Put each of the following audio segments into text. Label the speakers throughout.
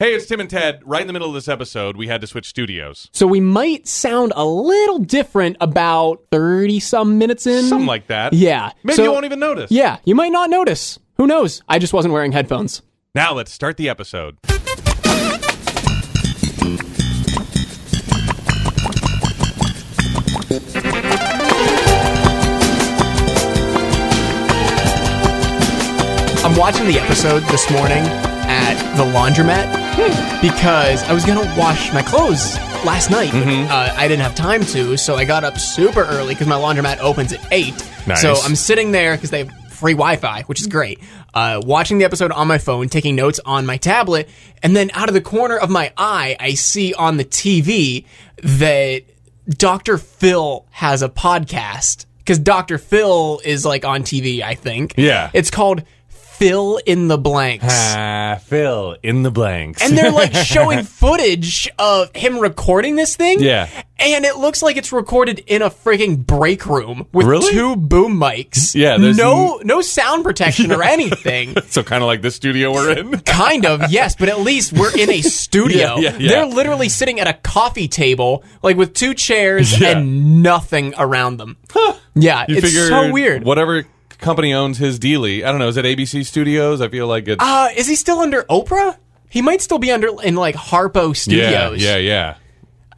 Speaker 1: Hey, it's Tim and Ted. Right in the middle of this episode, we had to switch studios.
Speaker 2: So we might sound a little different about 30 some minutes in.
Speaker 1: Something like that.
Speaker 2: Yeah.
Speaker 1: Maybe
Speaker 2: So-
Speaker 1: you won't even notice.
Speaker 2: Yeah, you might not notice. Who knows? I just wasn't wearing headphones.
Speaker 1: Now let's start the episode.
Speaker 2: I'm watching the episode this morning at the laundromat because I was gonna wash my clothes last night. but,
Speaker 1: Mm-hmm.
Speaker 2: uh, I didn't have time to, so I got up super early because my laundromat opens at eight.
Speaker 1: Nice.
Speaker 2: So I'm sitting there because they have free Wi-Fi, which is great. Uh, watching the episode on my phone, taking notes on my tablet, and then out of the corner of my eye, I see on the TV that Dr. Phil has a podcast. Because Dr. Phil is like on TV, I think.
Speaker 1: Yeah.
Speaker 2: It's called Fill in the Blanks.
Speaker 1: Ah, Phil in the blanks.
Speaker 2: and they're like showing footage of him recording this thing.
Speaker 1: Yeah.
Speaker 2: And it looks like it's recorded in a freaking break room with
Speaker 1: Really?
Speaker 2: two boom mics.
Speaker 1: Yeah, there's
Speaker 2: no no sound protection or anything.
Speaker 1: so kind of like this studio we're in.
Speaker 2: kind of, yes, but at least we're in a
Speaker 1: Yeah,
Speaker 2: studio.
Speaker 1: yeah, yeah.
Speaker 2: They're literally sitting at a coffee table, like with two chairs
Speaker 1: Yeah.
Speaker 2: and nothing around them. Yeah,
Speaker 1: You
Speaker 2: it's
Speaker 1: figure
Speaker 2: so weird.
Speaker 1: Whatever company owns his dealie, I don't know. Is it ABC Studios? I feel like it's
Speaker 2: Uh, is he still under Oprah? He might still be under in like Harpo Studios.
Speaker 1: yeah, yeah, yeah.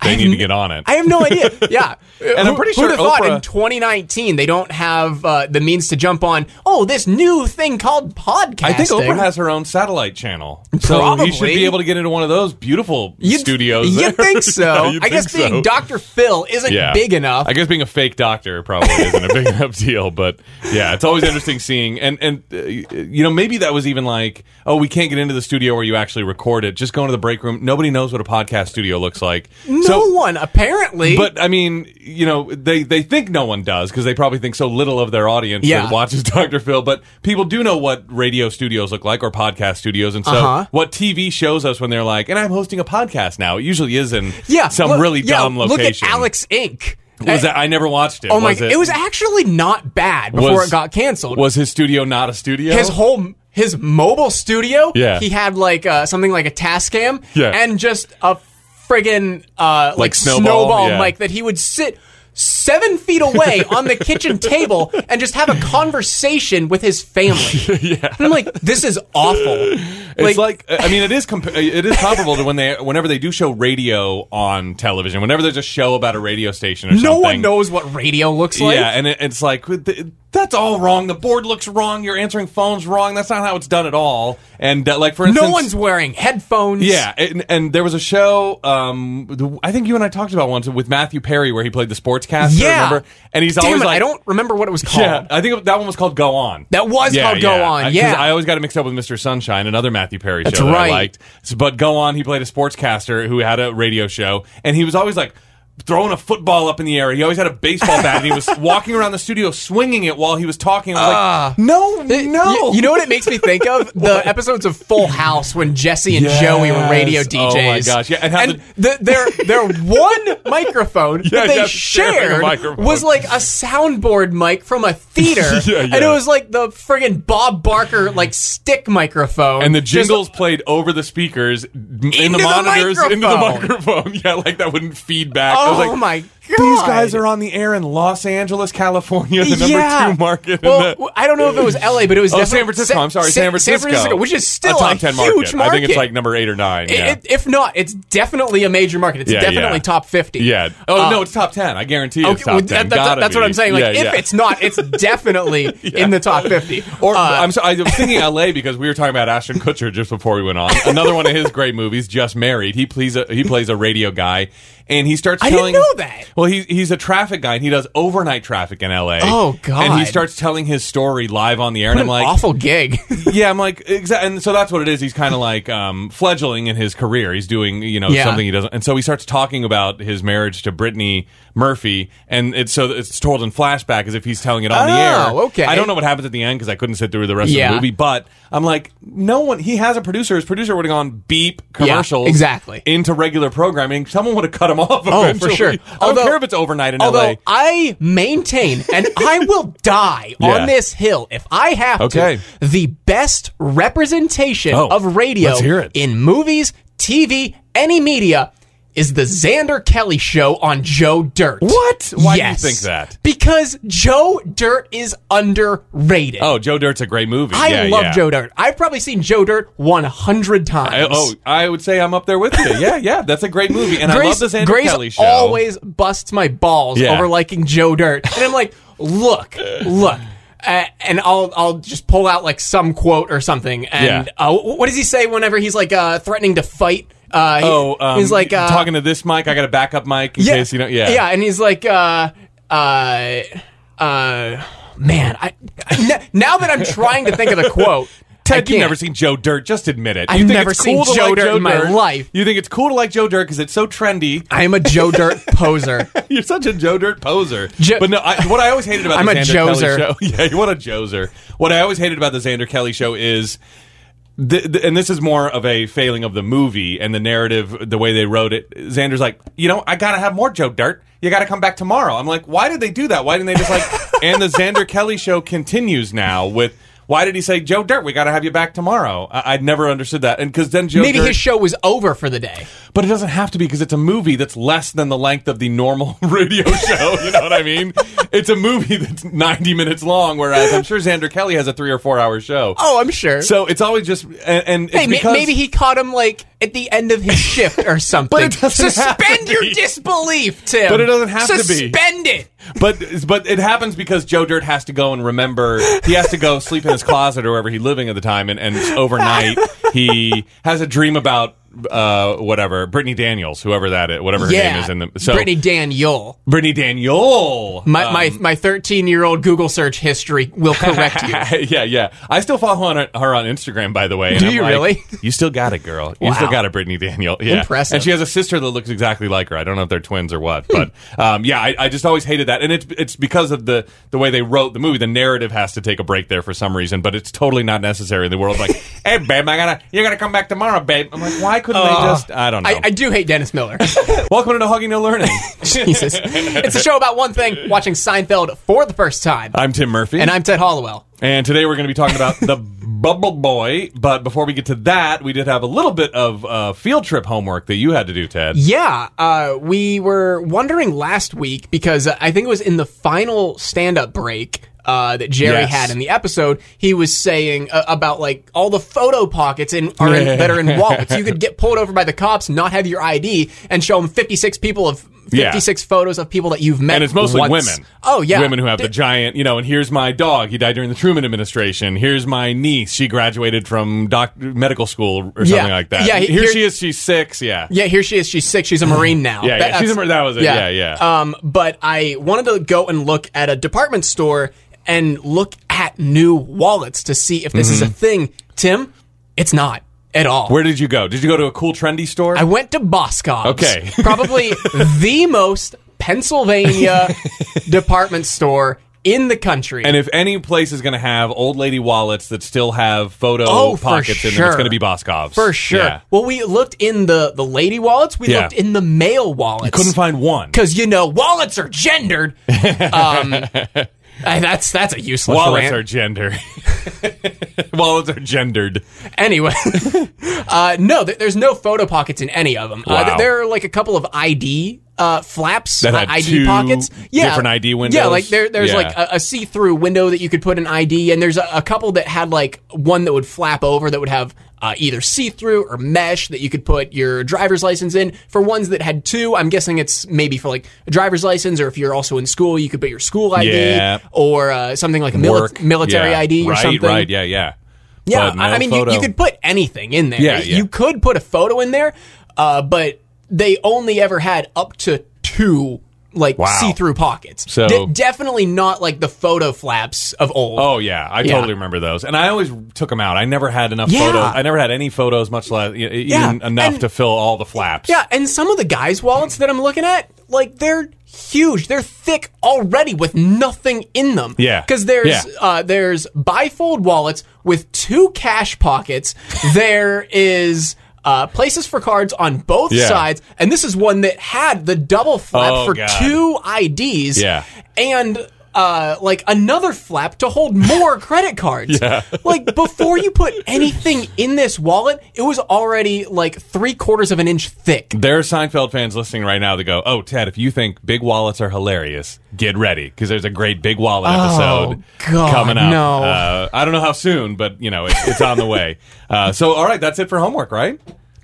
Speaker 1: They
Speaker 2: have
Speaker 1: need to
Speaker 2: n-
Speaker 1: get on it.
Speaker 2: I have no idea. Yeah,
Speaker 1: And I'm pretty sure
Speaker 2: who'd have thought
Speaker 1: Oprah-
Speaker 2: in 2019 they don't have uh, the means to jump on. Oh, this new thing called podcasting.
Speaker 1: I think Oprah has her own satellite channel, so he should
Speaker 2: Probably.
Speaker 1: be able to get into one of those beautiful
Speaker 2: You'd-
Speaker 1: studios.
Speaker 2: You
Speaker 1: there.
Speaker 2: think so?
Speaker 1: Yeah, you'd
Speaker 2: I guess
Speaker 1: think so.
Speaker 2: being Dr. Phil isn't
Speaker 1: Yeah.
Speaker 2: big enough.
Speaker 1: I guess being a fake doctor probably isn't a big enough deal, but yeah, it's always interesting seeing and and uh, you know maybe that was even like oh we can't get into the studio where you actually record it. Just go into the break room. Nobody knows what a podcast studio looks like.
Speaker 2: no
Speaker 1: so,
Speaker 2: one apparently.
Speaker 1: But I mean, you know, they, they think no one does because they probably think so little of their audience
Speaker 2: Yeah.
Speaker 1: that watches Dr. Phil. But people do know what radio studios look like or podcast studios, and so
Speaker 2: Uh-huh.
Speaker 1: what TV shows us when they're like, "And I'm hosting a podcast now." It usually is in
Speaker 2: yeah,
Speaker 1: some
Speaker 2: look-
Speaker 1: really
Speaker 2: yeah,
Speaker 1: dumb
Speaker 2: Look
Speaker 1: location.
Speaker 2: at Alex Inc.
Speaker 1: was that I never watched it?
Speaker 2: oh my!
Speaker 1: was
Speaker 2: It? was actually not bad before
Speaker 1: Was-
Speaker 2: it got canceled.
Speaker 1: was his studio not a studio?
Speaker 2: his whole his mobile studio.
Speaker 1: Yeah.
Speaker 2: he had like uh, something like a Tascam.
Speaker 1: Yeah.
Speaker 2: and just a friggin' uh, like,
Speaker 1: snowball,
Speaker 2: snowball,
Speaker 1: yeah.
Speaker 2: mic that he would sit. Seven feet away on the kitchen table and just have a conversation with his family. yeah. And I'm like, this is awful.
Speaker 1: It's like, I mean, it is comp- it is comparable to when they whenever they do show radio on television. Whenever there's a show about a radio station or
Speaker 2: no
Speaker 1: something,
Speaker 2: one knows what radio looks like.
Speaker 1: yeah, and it, it's like with the- that's all wrong. The board looks wrong. You're answering phones wrong. That's not how it's done at all. And uh, like for instance,
Speaker 2: no one's wearing headphones.
Speaker 1: yeah, and, and there was a show. Um, the- I think you and I talked about once with Matthew Perry where he played the sportscaster.
Speaker 2: Yeah.
Speaker 1: remember? and he's
Speaker 2: Damn
Speaker 1: always
Speaker 2: it,
Speaker 1: like,
Speaker 2: I don't remember what it was called.
Speaker 1: Yeah, I think that one was called Go On.
Speaker 2: That was called Go On,
Speaker 1: I- 'cause
Speaker 2: yeah.
Speaker 1: I always got it mixed up with Mr. Sunshine, another Matthew Perry show
Speaker 2: That's
Speaker 1: that I
Speaker 2: right.
Speaker 1: liked. So- but Go On, he played a sportscaster who had a radio show, and he was always like throwing a football up in the air. He always had a baseball bat, and he was walking around the studio swinging it while he was talking. I was like, no,
Speaker 2: Ah. It-
Speaker 1: no.
Speaker 2: You, you know what it makes me think of? The episodes of Full House when Jesse and
Speaker 1: Yes.
Speaker 2: Joey were radio
Speaker 1: Oh my
Speaker 2: DJs.
Speaker 1: gosh, yeah, and how
Speaker 2: the, their their one microphone
Speaker 1: Yeah,
Speaker 2: that they
Speaker 1: that's sharing a
Speaker 2: shared
Speaker 1: microphone.
Speaker 2: was like a soundboard mic from a theater,
Speaker 1: Yeah, yeah.
Speaker 2: and it was like the friggin' Bob Barker like stick microphone,
Speaker 1: and the
Speaker 2: Just-
Speaker 1: jingles played over the speakers in the
Speaker 2: Into the
Speaker 1: monitors into the
Speaker 2: microphone.
Speaker 1: microphone. Yeah, like that wouldn't feed back. I
Speaker 2: oh
Speaker 1: was like,
Speaker 2: my god!
Speaker 1: These guys are on the air in Los Angeles, California, the number
Speaker 2: yeah.
Speaker 1: two market. in
Speaker 2: Well,
Speaker 1: the-
Speaker 2: w- I don't know if it was L.A., but it was
Speaker 1: Oh,
Speaker 2: definitely
Speaker 1: San Francisco.
Speaker 2: Sa-
Speaker 1: I'm sorry,
Speaker 2: Sa-
Speaker 1: San Francisco.
Speaker 2: which is still
Speaker 1: a
Speaker 2: a,
Speaker 1: top ten market.
Speaker 2: huge market.
Speaker 1: I think it's like number eight or nine.
Speaker 2: I-
Speaker 1: Yeah.
Speaker 2: it- if not, it's definitely a major market. It's
Speaker 1: Yeah,
Speaker 2: definitely
Speaker 1: yeah.
Speaker 2: top 50.
Speaker 1: yeah. Oh
Speaker 2: Uh,
Speaker 1: no, it's top ten. I guarantee it's
Speaker 2: okay,
Speaker 1: top
Speaker 2: well,
Speaker 1: ten.
Speaker 2: that- that's,
Speaker 1: Gotta
Speaker 2: that's what
Speaker 1: be.
Speaker 2: I'm saying. Like,
Speaker 1: Yeah,
Speaker 2: if
Speaker 1: yeah.
Speaker 2: it's not, it's definitely in the top 50.
Speaker 1: Or
Speaker 2: Uh,
Speaker 1: I'm sorry, I was thinking L.A. because we were talking about Ashton Kutcher just before we went on. Another one of his great movies, Just Married. He plays a, he plays a radio guy, and he starts
Speaker 2: I didn't
Speaker 1: telling.
Speaker 2: know that.
Speaker 1: Well, he, he's a traffic guy, and he does overnight traffic in L.A.
Speaker 2: Oh,
Speaker 1: And he
Speaker 2: God.
Speaker 1: starts telling his story live on the air, and
Speaker 2: what an
Speaker 1: I'm like,
Speaker 2: awful gig.
Speaker 1: yeah, I'm like, exactly. And so that's what it is. He's kind of like um, fledgling in his career. He's doing, you know,
Speaker 2: Yeah.
Speaker 1: something he doesn't. And so he starts talking about his marriage to Brittany Murphy. And it's so it's told in flashback as if he's telling it on the air.
Speaker 2: Oh, okay.
Speaker 1: I don't know what happens at the end because I couldn't sit through the rest of
Speaker 2: Yeah.
Speaker 1: the movie. But I'm like, no one, he has a producer. His producer would have gone beep commercials
Speaker 2: exactly.
Speaker 1: into regular programming. Someone would have cut him off.
Speaker 2: oh, for
Speaker 1: eventually.
Speaker 2: sure.
Speaker 1: I don't
Speaker 2: Although
Speaker 1: care if it's overnight in
Speaker 2: Although
Speaker 1: LA.
Speaker 2: I maintain, and I will die
Speaker 1: Yeah.
Speaker 2: on this hill if I have
Speaker 1: Okay.
Speaker 2: to, the best representation
Speaker 1: Oh,
Speaker 2: of radio
Speaker 1: let's hear it.
Speaker 2: in movies, TV, any media is the Xander Kelly show on Joe Dirt.
Speaker 1: What? Why do you
Speaker 2: yes.
Speaker 1: think that?
Speaker 2: Because Joe Dirt is underrated.
Speaker 1: Oh, Joe Dirt's a great movie.
Speaker 2: I
Speaker 1: Yeah,
Speaker 2: love
Speaker 1: yeah.
Speaker 2: Joe Dirt. I've probably seen Joe Dirt 100 times.
Speaker 1: I, oh, I would say I'm up there with you. Yeah, yeah, that's a great movie, and I love
Speaker 2: Grace,
Speaker 1: the Xander
Speaker 2: Grace
Speaker 1: Kelly show.
Speaker 2: always busts my balls
Speaker 1: Yeah.
Speaker 2: over liking Joe Dirt, and I'm like, look, look, uh, and I'll I'll just pull out like some quote or something, and
Speaker 1: Yeah.
Speaker 2: uh, wh- what does he say whenever he's like uh, threatening to fight? Uh, he-
Speaker 1: Oh, um,
Speaker 2: he's like uh,
Speaker 1: talking to this mic. I got a backup mic in case you don't. Yeah,
Speaker 2: yeah, and he's like, uh, uh, uh, man, I, I- n- now that I'm trying to think of the quote, I
Speaker 1: Ted,
Speaker 2: can't.
Speaker 1: you've never seen Joe Dirt. Just admit it.
Speaker 2: I've
Speaker 1: You think
Speaker 2: never
Speaker 1: it's cool
Speaker 2: seen
Speaker 1: to
Speaker 2: Joe
Speaker 1: like
Speaker 2: Dirt in my life.
Speaker 1: You think it's cool to like Joe Dirt because it's so trendy.
Speaker 2: I am a Joe Dirt poser.
Speaker 1: You're such a Joe Dirt poser.
Speaker 2: Jo-
Speaker 1: but no, I, what I always hated about
Speaker 2: I'm
Speaker 1: the
Speaker 2: a
Speaker 1: Xander
Speaker 2: Joser.
Speaker 1: Kelly show, yeah, you want a Joser. What I always hated about the Xander Kelly show is, th- th- and this is more of a failing of the movie and the narrative, the way they wrote it. Xander's like, you know, I gotta have more Joe Dirt. You gotta come back tomorrow. I'm like, why did they do that? Why didn't they just like? and the Xander Kelly show continues now with. Why did he say Joe Dirt? We got to have you back tomorrow. I- I'd never understood that, and because then Joe
Speaker 2: Maybe
Speaker 1: Dirt-
Speaker 2: his show was over for the day.
Speaker 1: but it doesn't have to be because it's a movie that's less than the length of the normal radio show. You know what I mean? It's a movie that's 90 minutes long, whereas I'm sure Xander Kelly has a three or four hour show.
Speaker 2: Oh, I'm sure.
Speaker 1: So it's always just, and, and it's
Speaker 2: Hey, ma-
Speaker 1: because
Speaker 2: maybe he caught him like at the end of his shift or something.
Speaker 1: But it doesn't have
Speaker 2: Suspend
Speaker 1: to
Speaker 2: your
Speaker 1: be.
Speaker 2: disbelief, Tim.
Speaker 1: But it doesn't have to be.
Speaker 2: Suspend it.
Speaker 1: but but it happens because Joe Dirt has to go and remember he has to go sleep in his closet or wherever he's living at the time, and, and overnight he has a dream about uh, whatever Brittany Daniels, whoever that is, whatever her
Speaker 2: yeah.
Speaker 1: name is in the so
Speaker 2: Brittany Daniel.
Speaker 1: Brittany Daniel,
Speaker 2: My my
Speaker 1: um,
Speaker 2: my 13 year old Google search history will correct you.
Speaker 1: yeah, yeah. I still follow on, her on Instagram, by the way. and
Speaker 2: Do you
Speaker 1: like,
Speaker 2: really?
Speaker 1: You still got it, girl. You
Speaker 2: Wow.
Speaker 1: still got it, Brittany Daniel. Yeah.
Speaker 2: Impressive.
Speaker 1: And she has a sister that looks exactly like her. I don't know if they're twins or what, but
Speaker 2: Hmm.
Speaker 1: um, yeah, I, I just always hated that, and it's it's because of the the way they wrote the movie. The narrative has to take a break there for some reason, but it's totally not necessary. The world's like, hey, babe, I gotta you gotta come back tomorrow, babe. I'm like, why couldn't they just? I don't know.
Speaker 2: Oh. I, I do hate Dennis Miller.
Speaker 1: Welcome to No Hugging, No Learning.
Speaker 2: Jesus. It's a show about one thing, watching Seinfeld for the first time.
Speaker 1: I'm Tim Murphy,
Speaker 2: and I'm Ted Hollowell.
Speaker 1: And today we're going to be talking about the Bubble Boy. But before we get to that, we did have a little bit of uh, field trip homework that you had to do, Ted.
Speaker 2: Yeah, uh, we were wondering last week because uh, I think it was in the final stand-up break uh, that Jerry
Speaker 1: Yes.
Speaker 2: had in the episode. He was saying uh, about like all the photo pockets in, are in that are in wallets. You could get pulled over by the cops, not have your ID, and show them fifty-six people of
Speaker 1: Yeah.
Speaker 2: fifty-six photos of people that you've met.
Speaker 1: And it's mostly
Speaker 2: once.
Speaker 1: women.
Speaker 2: Oh yeah,
Speaker 1: women who have the giant, you know. And here's my dog; he died during the Truman administration. Here's my niece; she graduated from doc- medical school or something
Speaker 2: Yeah.
Speaker 1: like that.
Speaker 2: Yeah, he-
Speaker 1: here,
Speaker 2: here-
Speaker 1: she is; she's six. Yeah,
Speaker 2: Yeah, here she is. She's sick. She's a Marine now.
Speaker 1: Yeah, yeah.
Speaker 2: That-
Speaker 1: She's a
Speaker 2: that's-
Speaker 1: Marine. That was it. Yeah,
Speaker 2: Um, but I wanted to go and look at a department store and look at new wallets to see if this is a thing. Tim, it's not at all.
Speaker 1: Mm-hmm. Where did you go? Did you go to a cool trendy store?
Speaker 2: I went to Boscov's.
Speaker 1: Okay.
Speaker 2: probably the most Pennsylvania department store in the country.
Speaker 1: and if any place is going to have old lady wallets that still have photo
Speaker 2: Oh, for
Speaker 1: pockets in them, it's
Speaker 2: sure.
Speaker 1: going to be Boscov's
Speaker 2: for sure.
Speaker 1: Yeah.
Speaker 2: Well, we looked in the the lady wallets. We
Speaker 1: Yeah.
Speaker 2: looked in the male wallets.
Speaker 1: Couldn't find one.
Speaker 2: because you know wallets are gendered. Um, and that's that's a useless
Speaker 1: Wallets
Speaker 2: rant.
Speaker 1: are gender. Wallets are gendered.
Speaker 2: anyway, uh, no, there, there's no photo pockets in any of them. Uh,
Speaker 1: Wow.
Speaker 2: th- there are like a couple of ID uh, flaps,
Speaker 1: That
Speaker 2: uh,
Speaker 1: had
Speaker 2: ID
Speaker 1: two
Speaker 2: pockets, yeah,
Speaker 1: different ID
Speaker 2: Yeah,
Speaker 1: windows.
Speaker 2: like there, there's
Speaker 1: Yeah.
Speaker 2: like a, a see-through window that you could put an ID, and there's a, a couple that had like one that would flap over that would have. Uh, either see-through or mesh that you could put your driver's license in. For ones that had two, I'm guessing it's maybe for like a driver's license, or if you're also in school, you could put your school ID
Speaker 1: Yeah.
Speaker 2: or uh, something like a mili-
Speaker 1: Work.
Speaker 2: military
Speaker 1: Yeah.
Speaker 2: ID or
Speaker 1: right,
Speaker 2: something.
Speaker 1: Right, yeah, yeah.
Speaker 2: Yeah,
Speaker 1: But no
Speaker 2: I I mean, you,
Speaker 1: photo.
Speaker 2: you could put anything in there.
Speaker 1: Yeah,
Speaker 2: You-
Speaker 1: yeah.
Speaker 2: You could put a photo in there, uh, but they only ever had up to two like
Speaker 1: Wow.
Speaker 2: see-through pockets.
Speaker 1: So-
Speaker 2: definitely not like the photo flaps of old.
Speaker 1: Oh yeah, I totally remember those, and I always took them out. I never had enough
Speaker 2: Yeah.
Speaker 1: photos. I never had any photos, much less e- e-
Speaker 2: Yeah,
Speaker 1: even enough
Speaker 2: and-
Speaker 1: to fill all the flaps.
Speaker 2: Yeah, and some of the guys' wallets that I'm looking at, like they're huge. They're thick already with nothing in them.
Speaker 1: Yeah.
Speaker 2: Because there's
Speaker 1: Yeah.
Speaker 2: uh, there's bifold wallets with two cash pockets. there is uh, places for cards on both
Speaker 1: Yeah.
Speaker 2: sides, and this is one that had the double flap
Speaker 1: Oh,
Speaker 2: for
Speaker 1: God.
Speaker 2: two IDs.
Speaker 1: Yeah.
Speaker 2: and. Uh, like another flap to hold more credit cards. Like before you put anything in this wallet, it was already like three quarters of an inch thick.
Speaker 1: There are Seinfeld fans listening right now that go, "Oh, Ted, if you think big wallets are hilarious, get ready because there's a great big wallet episode
Speaker 2: Oh, God,
Speaker 1: coming up.
Speaker 2: no.
Speaker 1: Uh, I don't know how soon, but you know it's, it's on the way. Uh, so, all right, that's it for homework, right?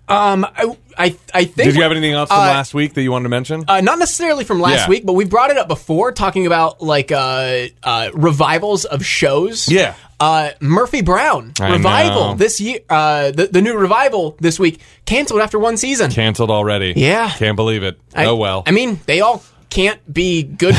Speaker 2: Um, I, I, I think.
Speaker 1: Did you have anything else from
Speaker 2: Uh,
Speaker 1: last week that you wanted to mention?
Speaker 2: Uh, not necessarily from last
Speaker 1: Yeah.
Speaker 2: week, but we brought it up before, talking about like uh, uh, revivals of shows.
Speaker 1: Yeah.
Speaker 2: Uh, Murphy Brown
Speaker 1: I
Speaker 2: revival
Speaker 1: know.
Speaker 2: this year. Uh, the, the new revival this week canceled after one season.
Speaker 1: Cancelled already.
Speaker 2: Yeah.
Speaker 1: can't believe it.
Speaker 2: I-
Speaker 1: oh well.
Speaker 2: I mean, they all can't be good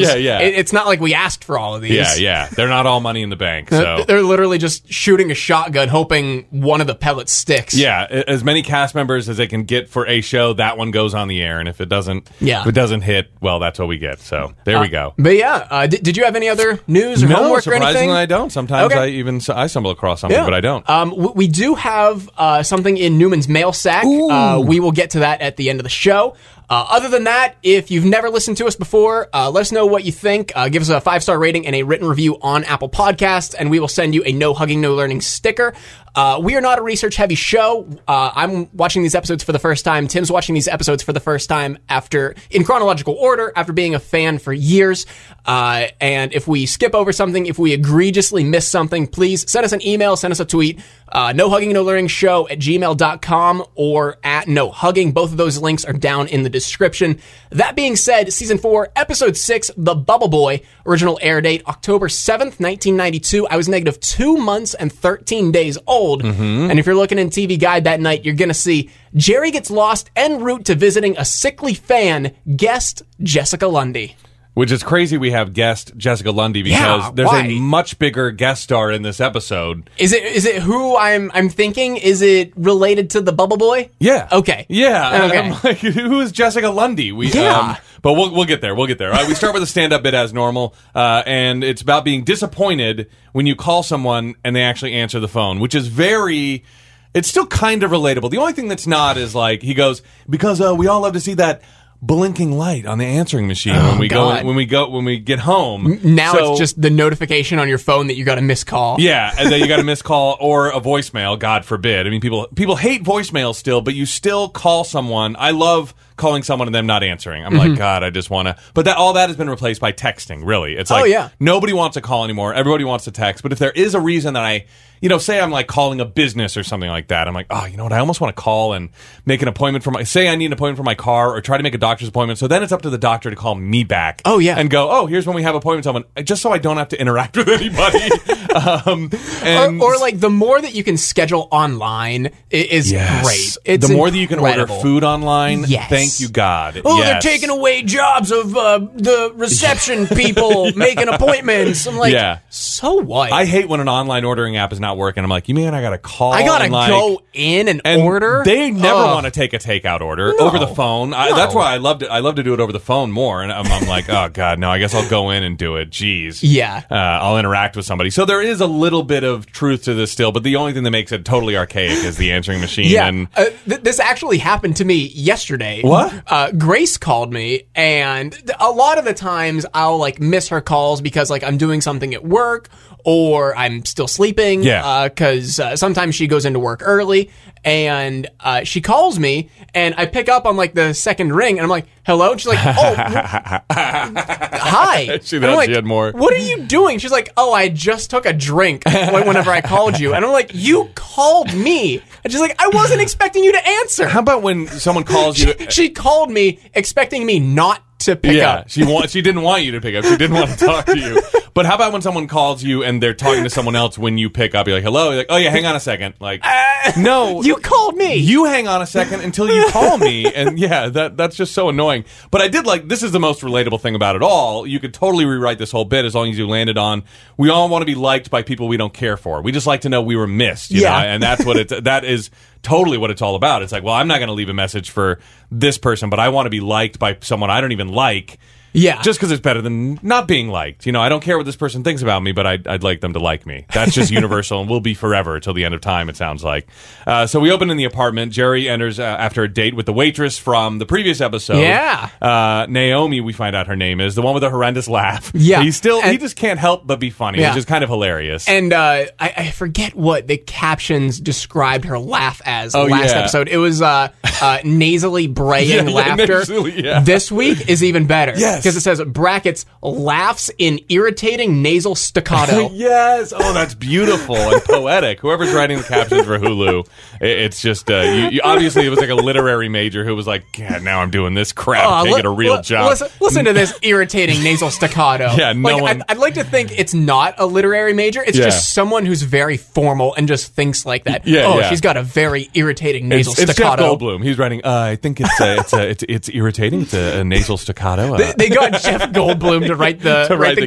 Speaker 1: Yeah, yeah.
Speaker 2: It, it's not like we asked for all of these.
Speaker 1: yeah, yeah, they're not all money in the bank. So
Speaker 2: They're literally just shooting a shotgun, hoping one of the pellets sticks.
Speaker 1: Yeah, a- as many cast members as they can get for a show, that one goes on the air, and if it doesn't,
Speaker 2: Yeah.
Speaker 1: if it doesn't hit, well, that's what we get. So there we go.
Speaker 2: But yeah, uh, did, did you have any other news or
Speaker 1: No,
Speaker 2: homework or
Speaker 1: surprisingly,
Speaker 2: anything?
Speaker 1: I don't. Sometimes
Speaker 2: Okay.
Speaker 1: I even I stumble across something, but I don't.
Speaker 2: Um, we, we do have uh, something in Newman's mail sack. Uh, we will get to that at the end of the show. Uh, other than that, if you've never listened to us before, uh, let us know what you think. Uh, give us a five star rating and a written review on Apple Podcasts, and we will send you a no hugging, no learning sticker. Uh, we are not a research heavy show. Uh, I'm watching these episodes for the first time. Tim's watching these episodes for the first time after, in chronological order, after being a fan for years. Uh, and if we skip over something, if we egregiously miss something, please send us an email, send us a tweet, uh, no hugging, no learning show at gmail.com or at no hugging. Both of those links are down in the description. That being said, season four, episode six, The Bubble Boy, original air date October 7th, 1992. I was negative two months and 13 days old. And if you're looking in TV Guide that night, you're going to see Jerry gets lost en route to visiting a sickly fan, guest Jessica Lundy.
Speaker 1: Which is crazy. We have guest Jessica Lundy because
Speaker 2: Yeah,
Speaker 1: there's
Speaker 2: why?
Speaker 1: a much bigger guest star in this episode.
Speaker 2: Is it is it who I'm I'm thinking? Is it related to the Bubble Boy?
Speaker 1: Yeah.
Speaker 2: Okay.
Speaker 1: Yeah.
Speaker 2: Okay.
Speaker 1: I'm like, who is Jessica Lundy? We, um,
Speaker 2: Yeah.
Speaker 1: but we'll, we'll get there. We'll get there. All right, we start with a stand up bit as normal. Uh, and it's about being disappointed when you call someone and they actually answer the phone, which is very. It's still kind of relatable. The only thing that's not is like he goes because uh, we all love to see that blinking light on the answering machine when we
Speaker 2: Oh, God.
Speaker 1: go when we go when we get home.
Speaker 2: Now
Speaker 1: So-
Speaker 2: it's just the notification on your phone that you got a missed call.
Speaker 1: yeah, and then you got a missed call or a voicemail, God forbid. I mean, people people hate voicemail still, but you still call someone. I love calling someone and them not answering. I'm
Speaker 2: Mm-hmm.
Speaker 1: like, God, I just want to. But that all that has been replaced by texting. Really, it's like
Speaker 2: Oh, yeah.
Speaker 1: nobody wants to call anymore. Everybody wants to text. But if there is a reason that I, you know, say I'm like calling a business or something like that, I'm like, oh, you know what? I almost want to call and make an appointment for my. Say I need an appointment for my car or try to make a doctor's appointment. So then it's up to the doctor to call me back.
Speaker 2: Oh, yeah.
Speaker 1: and go. Oh, here's when we have appointments. Someone just so I don't have to interact with anybody. um,
Speaker 2: Or,
Speaker 1: and
Speaker 2: or like the more that you can schedule online i- is
Speaker 1: Yes.
Speaker 2: great. It's
Speaker 1: the more that you can
Speaker 2: incredible.
Speaker 1: order food online,
Speaker 2: Yes.
Speaker 1: thank you God.
Speaker 2: Oh,
Speaker 1: yes.
Speaker 2: they're taking away jobs of uh, the reception people making appointments. I'm like,
Speaker 1: Yeah.
Speaker 2: so what?
Speaker 1: I hate when an online ordering app is not working. I'm like, you mean I gotta call?
Speaker 2: I gotta
Speaker 1: and, like,
Speaker 2: go in and,
Speaker 1: and
Speaker 2: order. Oh.
Speaker 1: They never
Speaker 2: Ugh.
Speaker 1: want to take a takeout order over the phone. I,
Speaker 2: No.
Speaker 1: That's why I loved it. I love to do it over the phone more. And I'm, I'm like, oh god, no. I guess I'll go in and do it. Jeez.
Speaker 2: Yeah.
Speaker 1: Uh, I'll interact with somebody. So there is a little bit of truth to this still, but the only thing that makes it totally archaic is the answering machine.
Speaker 2: Yeah,
Speaker 1: And
Speaker 2: uh, th- this actually happened to me yesterday.
Speaker 1: What?
Speaker 2: Uh, Grace called me, and th- a lot of the times I'll like miss her calls because like I'm doing something at work or I'm still sleeping.
Speaker 1: Yeah.
Speaker 2: Because uh, sometimes she goes into work early, and uh, she calls me, and I pick up on like the second ring, and I'm like, "Hello," and she's like, "Oh." wh- Hi.
Speaker 1: She
Speaker 2: And I'm
Speaker 1: thought
Speaker 2: like,
Speaker 1: she had more.
Speaker 2: What are you doing? She's like, oh, I just took a drink when- whenever I called you. And I'm like, you called me. And she's like, I wasn't expecting you to answer.
Speaker 1: how about when someone calls you?
Speaker 2: She called me expecting me not to pick
Speaker 1: yeah,
Speaker 2: up.
Speaker 1: she wa- she didn't want you to pick up. She didn't want to talk to you. But how about when someone calls you and they're talking to someone else when you pick up? You're like, "Hello," You're like, "Oh yeah, hang on a second. Like, no,
Speaker 2: You called me.
Speaker 1: you hang on a second until you call me, and yeah, that that's just so annoying. But I did like this is the most relatable thing about it all. You could totally rewrite this whole bit as long as you landed on. We all want to be liked by people we don't care for. We just like to know we were missed. You
Speaker 2: Yeah.
Speaker 1: know? and that's what it's that is totally what it's all about. It's like, well, I'm not going to leave a message for this person, but I want to be liked by someone I don't even like.
Speaker 2: Yeah.
Speaker 1: Just because it's better than not being liked. You know, I don't care what this person thinks about me, but I'd, I'd like them to like me. That's just universal and will be forever till the end of time, it sounds like. Uh, so we open in the apartment. Jerry enters uh, after a date with the waitress from the previous episode.
Speaker 2: Yeah.
Speaker 1: Uh, Naomi, we find out her name is, the one with the horrendous laugh.
Speaker 2: Yeah.
Speaker 1: He's still, he
Speaker 2: And-
Speaker 1: just can't help but be funny,
Speaker 2: Yeah.
Speaker 1: which is kind of hilarious.
Speaker 2: And uh, I, I forget what the captions described her laugh as
Speaker 1: Oh,
Speaker 2: last
Speaker 1: yeah.
Speaker 2: episode. It was uh, uh, nasally braying
Speaker 1: Yeah, yeah,
Speaker 2: laughter.
Speaker 1: nasally, yeah.
Speaker 2: This week is even better.
Speaker 1: Yes.
Speaker 2: Because it says brackets laughs in irritating nasal staccato.
Speaker 1: yes. Oh, that's beautiful and poetic. Whoever's writing the captions for Hulu, i- it's just uh, you, you, obviously it was like a literary major who was like, God, now I'm doing this crap.
Speaker 2: Uh,
Speaker 1: I can't
Speaker 2: li-
Speaker 1: get a real
Speaker 2: li-
Speaker 1: job.
Speaker 2: Listen, listen to this irritating nasal staccato.
Speaker 1: Yeah, no
Speaker 2: like,
Speaker 1: one-
Speaker 2: I'd, I'd like to think it's not a literary major. It's
Speaker 1: Yeah.
Speaker 2: just someone who's very formal and just thinks like that.
Speaker 1: Yeah,
Speaker 2: oh,
Speaker 1: yeah.
Speaker 2: she's got a very irritating nasal
Speaker 1: It's, it's Jeff
Speaker 2: staccato.
Speaker 1: Goldblum. He's writing. Uh, I think it's uh, it's, uh, it's it's irritating. It's a, a nasal staccato. Uh,
Speaker 2: they got Jeff Goldblum to write the
Speaker 1: To
Speaker 2: write,
Speaker 1: write
Speaker 2: the,
Speaker 1: the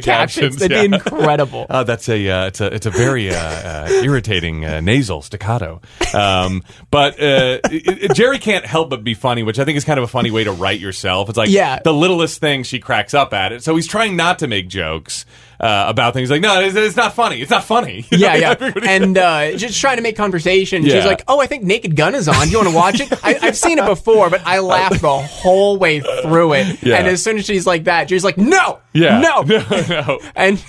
Speaker 1: captions,
Speaker 2: captions. That'd be
Speaker 1: yeah.
Speaker 2: incredible.
Speaker 1: Uh, that's a uh, it's a it's a very uh, uh, irritating uh, nasal staccato. Um, but uh, it- it- Jerry can't help but be funny, which I think is kind of a funny way to write yourself. It's like
Speaker 2: Yeah.
Speaker 1: the littlest thing she cracks up at it. So he's trying not to make jokes uh, about things like no, it's, it's not funny. It's not funny. You
Speaker 2: yeah,
Speaker 1: know,
Speaker 2: yeah.
Speaker 1: everybody-
Speaker 2: And uh, just trying to make conversation. She's
Speaker 1: Yeah.
Speaker 2: like, "Oh, I think Naked Gun is on. Do you want to watch it? I, I've seen it before, but I laughed the whole way through it.
Speaker 1: Yeah.
Speaker 2: And as soon as she's like that, she's like, "No,
Speaker 1: yeah,
Speaker 2: no."
Speaker 1: no.
Speaker 2: And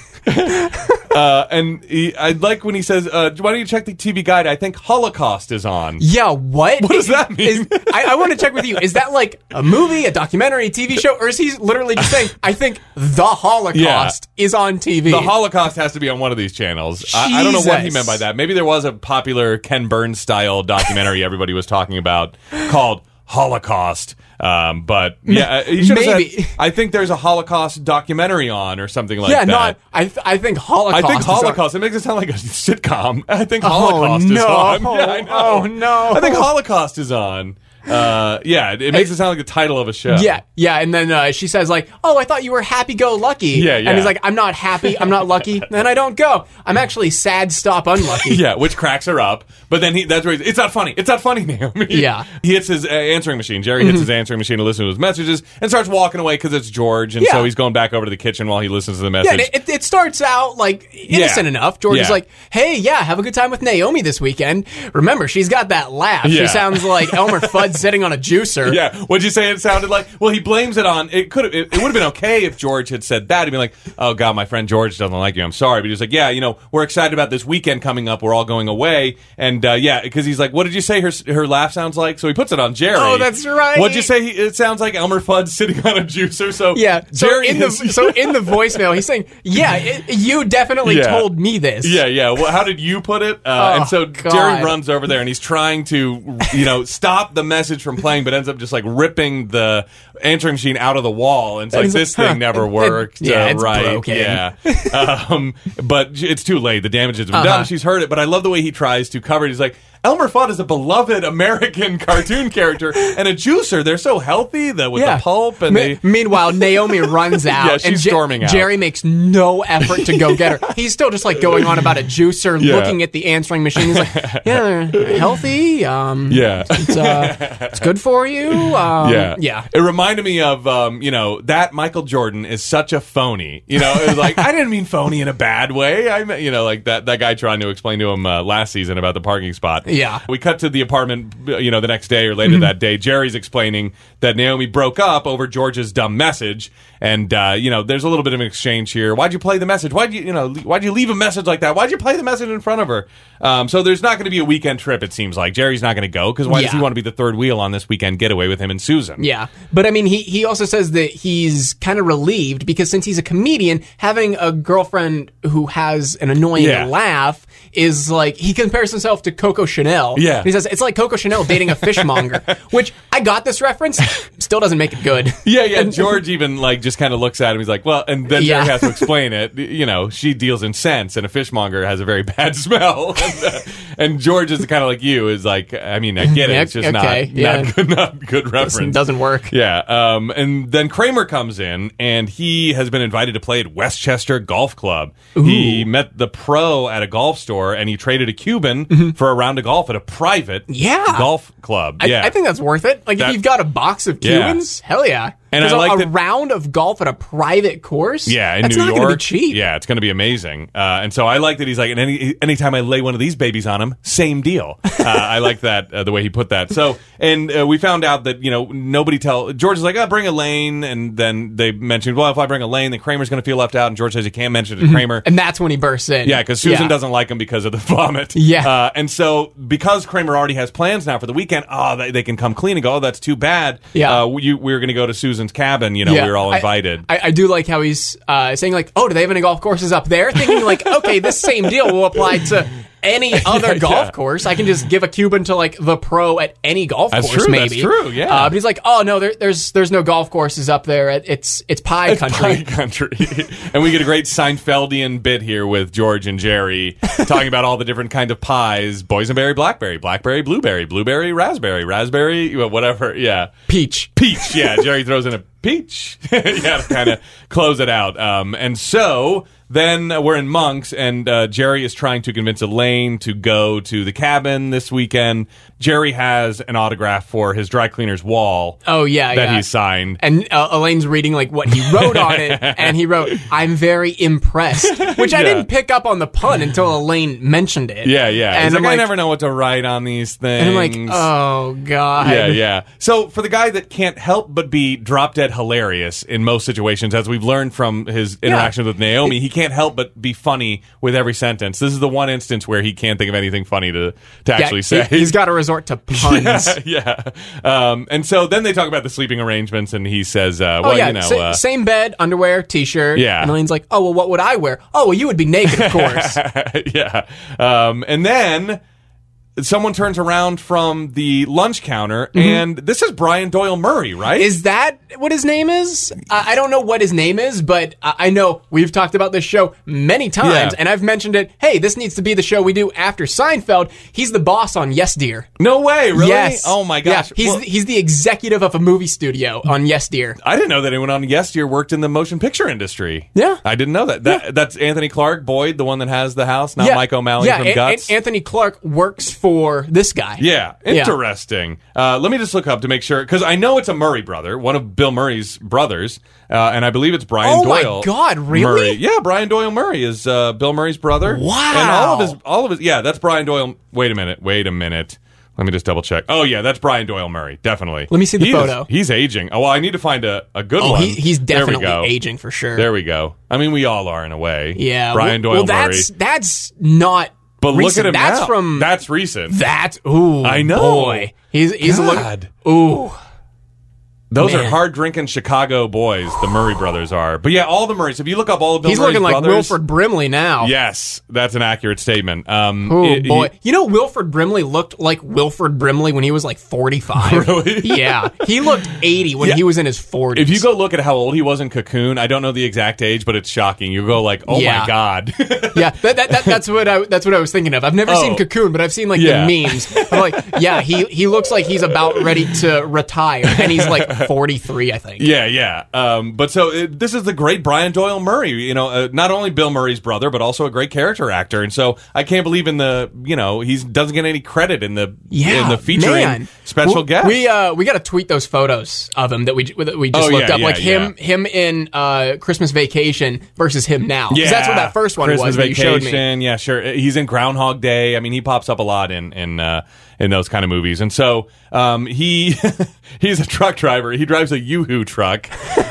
Speaker 1: Uh, and he, I like when he says, uh, "Why don't you check the TV guide? I think Holocaust is on."
Speaker 2: yeah, what? What
Speaker 1: does that mean?
Speaker 2: I, I want to check with you. Is that like a movie, a documentary, TV show, or is he literally just saying, "I think the Holocaust is on TV"?
Speaker 1: The Holocaust has to be on one of these channels. I, I don't know what he
Speaker 2: Jesus.
Speaker 1: meant by that. Maybe there was a popular Ken Burns style documentary everybody was talking about called Holocaust. Um, but yeah, uh, he should have
Speaker 2: Maybe.
Speaker 1: said, I think there's a Holocaust documentary on or something like
Speaker 2: yeah,
Speaker 1: that.
Speaker 2: not. I, th- I think Holocaust.
Speaker 1: I think
Speaker 2: is on- Oh,
Speaker 1: Holocaust. It makes it sound like a sitcom. I think Holocaust is
Speaker 2: no.
Speaker 1: on. Yeah, I know.
Speaker 2: Oh, no.
Speaker 1: I think Holocaust is on. Uh, yeah, it, it makes it sound like the title of a show.
Speaker 2: Yeah, yeah, and then uh, she says like, "Oh, I thought you were happy-go-lucky."
Speaker 1: Yeah, yeah.
Speaker 2: And he's like, "I'm not happy. I'm not lucky. Then I don't go. I'm actually sad. Stop unlucky."
Speaker 1: Yeah, which cracks her up. But then he, that's where he's, it's not funny. It's not funny, Naomi.
Speaker 2: Yeah. Mm-hmm.
Speaker 1: He hits his uh, answering machine. Jerry hits his answering machine to listen to his messages and starts walking away because it's George. And
Speaker 2: Yeah.
Speaker 1: so he's going back over to the kitchen while he listens to the
Speaker 2: Yeah,
Speaker 1: message.
Speaker 2: and it, it, it starts out like innocent
Speaker 1: Yeah.
Speaker 2: enough. George is
Speaker 1: Yeah.
Speaker 2: like, "Hey, yeah, have a good time with Naomi this weekend. Remember, she's got that laugh. She
Speaker 1: Yeah.
Speaker 2: sounds like Elmer Fudd sitting on a juicer."
Speaker 1: yeah, what'd you say? It sounded like. Well, he blames it on. It could. have It, it would have been okay if George had said that. He'd be like, "Oh God, my friend George doesn't like you. I'm sorry." But he's like, "Yeah, you know, we're excited about this weekend coming up. We're all going away." And uh, yeah, because he's like, "What did you say? Her her laugh sounds like." So he puts it on Jerry.
Speaker 2: Oh, that's right.
Speaker 1: What'd you say? He, it sounds like Elmer Fudd sitting on a juicer. So
Speaker 2: Yeah. So
Speaker 1: Jerry
Speaker 2: in the
Speaker 1: is-
Speaker 2: so in the voicemail, he's saying, "Yeah, it, you definitely
Speaker 1: Yeah.
Speaker 2: told me this."
Speaker 1: Yeah, yeah. Well, how did you put it? Uh,
Speaker 2: Oh,
Speaker 1: and so
Speaker 2: God.
Speaker 1: Jerry runs over there and he's trying to, you know, stop the message from playing, but ends up just like ripping the answering machine out of the wall. And it's like,
Speaker 2: He's like,
Speaker 1: this thing
Speaker 2: "Huh,
Speaker 1: never
Speaker 2: it-
Speaker 1: worked.
Speaker 2: yeah,
Speaker 1: uh,
Speaker 2: it's
Speaker 1: right.
Speaker 2: broken."
Speaker 1: Yeah. um, but j- it's too late. The damage has been
Speaker 2: Uh-huh.
Speaker 1: done. She's heard it, but I love the way he tries to cover it. He's like, Elmer Fudd is a beloved American cartoon character and a juicer. They're so healthy that with the pulp and
Speaker 2: Me-
Speaker 1: they.
Speaker 2: meanwhile, Naomi runs out.
Speaker 1: Yeah, she's
Speaker 2: and
Speaker 1: storming out.
Speaker 2: Jerry makes no effort to go get her. He's still just like going on about a juicer,
Speaker 1: Yeah.
Speaker 2: looking at the answering machine. He's like, "Yeah, they're healthy. Um,
Speaker 1: Yeah.
Speaker 2: it's, uh, it's good for you. Um,
Speaker 1: yeah,
Speaker 2: yeah."
Speaker 1: It reminded me of um, you know that Michael Jordan is such a phony. You know, it was like I didn't mean phony in a bad way. I meant you know like that that guy trying to explain to him uh, last season about the parking spot.
Speaker 2: Yeah. Mm-hmm.
Speaker 1: we cut to the apartment. You know, the next day or later that day, Jerry's explaining that Naomi broke up over George's dumb message, and uh, you know, there's a little bit of an exchange here. Why'd you play the message? Why'd you you know le- why'd you leave a message like that? Why'd you play the message in front of her? Um, so there's not going to be a weekend trip. It seems like Jerry's not going to go because why does he
Speaker 2: Yeah.
Speaker 1: want to be the third wheel on this weekend getaway with him and Susan?
Speaker 2: Yeah. But I mean, he, he also says that he's kind of relieved because since he's a comedian, having a girlfriend who has an annoying
Speaker 1: Yeah.
Speaker 2: laugh is like, he compares himself to Coco Chanel.
Speaker 1: Yeah.
Speaker 2: He says, it's like Coco Chanel dating a fishmonger, which I got this reference, still doesn't make it good.
Speaker 1: Yeah, yeah. George even like just kind of looks at him. He's like, "Well," and then
Speaker 2: Yeah.
Speaker 1: Jerry has to explain it. You know, she deals in scents, and a fishmonger has a very bad smell. and, uh, and George is kind of like you. Is like, I mean, I get it. It's just
Speaker 2: Okay,
Speaker 1: not,
Speaker 2: yeah.
Speaker 1: not good, not good reference.
Speaker 2: doesn't work.
Speaker 1: Yeah. Um, and then Kramer comes in, and he has been invited to play at Westchester Golf Club. He met the pro at a golf store, and he traded a Cuban for a round of golf at a private
Speaker 2: Mm-hmm. Yeah.
Speaker 1: golf club.
Speaker 2: I,
Speaker 1: yeah.
Speaker 2: I think that's worth it. Like, if
Speaker 1: That-
Speaker 2: you've got a box of
Speaker 1: Yeah.
Speaker 2: Cubans, hell yeah.
Speaker 1: And
Speaker 2: There's
Speaker 1: I
Speaker 2: a-
Speaker 1: like
Speaker 2: a
Speaker 1: that-
Speaker 2: round of golf at a private course.
Speaker 1: Yeah, in
Speaker 2: that's
Speaker 1: New
Speaker 2: not
Speaker 1: York.
Speaker 2: gonna be cheap.
Speaker 1: Yeah, it's going to be amazing. Uh, and so I like that he's like, and any anytime I lay one of these babies on him, same deal. Uh, I like that uh, the way he put that. So, and uh, we found out that you know nobody tell George is like, oh, bring Elaine, and then they mentioned, well, if I bring Elaine, then Kramer's going to feel left out, and George says you can't mention it to Kramer.
Speaker 2: Mm-hmm. and that's when he bursts in.
Speaker 1: Yeah, because Susan doesn't like him because of the vomit.
Speaker 2: Yeah.
Speaker 1: Uh, and so because Kramer already has plans now for the weekend, oh, they, they can come clean and go, oh, that's too bad.
Speaker 2: Yeah.
Speaker 1: Uh, you, we were going to go to Susan's cabin, you know,
Speaker 2: Yeah.
Speaker 1: we were all
Speaker 2: I-
Speaker 1: invited.
Speaker 2: I, I do like how he's uh, saying like, "Oh, do they have any golf courses up there?" Thinking like, "Okay, this same deal will apply to any other golf
Speaker 1: yeah.
Speaker 2: course. I can just give a Cuban to like the pro at any golf
Speaker 1: That's
Speaker 2: course,
Speaker 1: true, that's
Speaker 2: maybe."
Speaker 1: true, yeah.
Speaker 2: Uh, but he's like, "Oh no, there, there's there's no golf courses up there. It, it's it's pie country."
Speaker 1: Pie country. and we get a great Seinfeldian bit here with George and Jerry talking about all the different kind of pies: boysenberry, blackberry, blackberry, blueberry, blueberry, raspberry, raspberry, well, whatever. Yeah,
Speaker 2: Peach.
Speaker 1: peach. Yeah, Jerry throws in a peach. yeah, to kind of close it out. Um, and so then uh, we're in Monks, and uh, Jerry is trying to convince Elaine to go to the cabin this weekend. Jerry has an autograph for his dry cleaner's wall.
Speaker 2: Oh yeah,
Speaker 1: That
Speaker 2: yeah.
Speaker 1: he signed.
Speaker 2: and uh, Elaine's reading like what he wrote on it, and he wrote, "I'm very impressed," which I
Speaker 1: Yeah.
Speaker 2: didn't pick up on the pun until Elaine mentioned it.
Speaker 1: Yeah, yeah.
Speaker 2: And
Speaker 1: He's
Speaker 2: I'm
Speaker 1: like, I
Speaker 2: like-
Speaker 1: never know what to write on these things.
Speaker 2: And I'm like, "Oh god."
Speaker 1: yeah, yeah. So for the guy that can't help but be drop dead hilarious in most situations, as we've learned from his interactions with Naomi, he can't help but be funny with every sentence. This is the one instance where he can't think of anything funny to to
Speaker 2: Yeah,
Speaker 1: actually say.
Speaker 2: He, has got to resort to puns.
Speaker 1: yeah. Um, and so then they talk about the sleeping arrangements, and he says, uh,
Speaker 2: Oh
Speaker 1: "Well,
Speaker 2: yeah,
Speaker 1: you know,
Speaker 2: sa-
Speaker 1: uh,
Speaker 2: same bed, underwear, t-shirt.
Speaker 1: Yeah.
Speaker 2: and Elaine's like, "Oh well, what would I wear? Oh well, you would be naked, of course."
Speaker 1: yeah. Um, and then someone turns around from the lunch counter,
Speaker 2: Mm-hmm.
Speaker 1: and this is Brian Doyle Murray, right?
Speaker 2: is that what his name is? I, I don't know what his name is, but I, I know we've talked about this show many times,
Speaker 1: Yeah.
Speaker 2: and I've mentioned it. Hey, this needs to be the show we do after Seinfeld. He's the boss on Yes Dear.
Speaker 1: no way, really?
Speaker 2: Yes.
Speaker 1: Oh my
Speaker 2: Yeah,
Speaker 1: gosh.
Speaker 2: he's
Speaker 1: Well,
Speaker 2: he's the executive of a movie studio on Yes Dear.
Speaker 1: I didn't know that anyone on Yes Year worked in the motion picture industry.
Speaker 2: Yeah.
Speaker 1: I didn't know that. that That's Anthony Clark Boyd, the one that has the house, not Uh, Mike O'Malley
Speaker 2: yeah,
Speaker 1: from
Speaker 2: An- An-
Speaker 1: Guts.
Speaker 2: Anthony Clark works for this guy.
Speaker 1: yeah,
Speaker 2: Yeah.
Speaker 1: interesting. Uh, let me just look up to make sure because I know it's a Murray brother, one of Bill Murray's brothers, uh, and I believe it's Brian
Speaker 2: Oh my
Speaker 1: Doyle.
Speaker 2: God, really?
Speaker 1: Murray. Yeah, Brian Doyle Murray is uh, Bill Murray's brother.
Speaker 2: Wow.
Speaker 1: And all of his, all of his, yeah, that's Brian Doyle. Wait a minute, wait a minute. Let me just double check. Oh yeah, that's Brian Doyle Murray, definitely.
Speaker 2: Let me see the
Speaker 1: He is-
Speaker 2: photo.
Speaker 1: he's aging. Oh, well, I need to find a, a good one.
Speaker 2: Oh, he, he's
Speaker 1: There we
Speaker 2: definitely
Speaker 1: go.
Speaker 2: aging for sure.
Speaker 1: There we go. I mean, we all are in a way.
Speaker 2: Yeah,
Speaker 1: Brian
Speaker 2: well,
Speaker 1: Doyle
Speaker 2: Well,
Speaker 1: Murray.
Speaker 2: that's that's not.
Speaker 1: But look at
Speaker 2: recent.
Speaker 1: him
Speaker 2: That's
Speaker 1: now.
Speaker 2: from that.
Speaker 1: that's recent.
Speaker 2: Ooh,
Speaker 1: I know.
Speaker 2: Boy, he's he's
Speaker 1: God.
Speaker 2: looking. Ooh,
Speaker 1: Those are
Speaker 2: Man.
Speaker 1: hard drinking Chicago boys. The Murray brothers are. But yeah, all the Murrays. If you look up all of Bill
Speaker 2: he's
Speaker 1: Murray's
Speaker 2: looking like
Speaker 1: brothers,
Speaker 2: Wilford Brimley now.
Speaker 1: Yes, that's an accurate statement. Um,
Speaker 2: Ooh,
Speaker 1: it-
Speaker 2: boy. you know, Wilford Brimley looked like Wilford Brimley when he was like 45.
Speaker 1: Really?
Speaker 2: yeah. He looked 80 when he was in his 40s.
Speaker 1: If you go look at how old he was in Cocoon, I don't know the exact age, but it's shocking. You go like, oh my
Speaker 2: Yeah.
Speaker 1: god.
Speaker 2: yeah, that, that, that, that's what I that's what I was thinking of. I've never
Speaker 1: Oh.
Speaker 2: seen Cocoon, but I've seen like
Speaker 1: Yeah.
Speaker 2: the memes. I'm like, yeah, he he looks like he's about ready to retire, and he's like 43, I think.
Speaker 1: yeah, yeah. Um, but so it, this is the great Brian Doyle Murray. You know, uh, not only Bill Murray's brother, but also a great character actor. And so I can't believe in the you know he doesn't get any credit in the
Speaker 2: Yeah,
Speaker 1: in the featuring
Speaker 2: man.
Speaker 1: special
Speaker 2: we,
Speaker 1: guest.
Speaker 2: We uh, we got to tweet those photos of him that we j- that we just
Speaker 1: Oh,
Speaker 2: looked
Speaker 1: yeah,
Speaker 2: up,
Speaker 1: yeah,
Speaker 2: like him him in uh, Christmas Vacation versus him now. 'Cause that's what that first one
Speaker 1: Christmas
Speaker 2: was that you
Speaker 1: Vacation.
Speaker 2: showed me.
Speaker 1: Yeah, sure. Uh, He's in Groundhog Day. I mean, he pops up a lot in in uh, in those kind of movies. And so um, he he's a truck driver. He drives a YooHoo truck.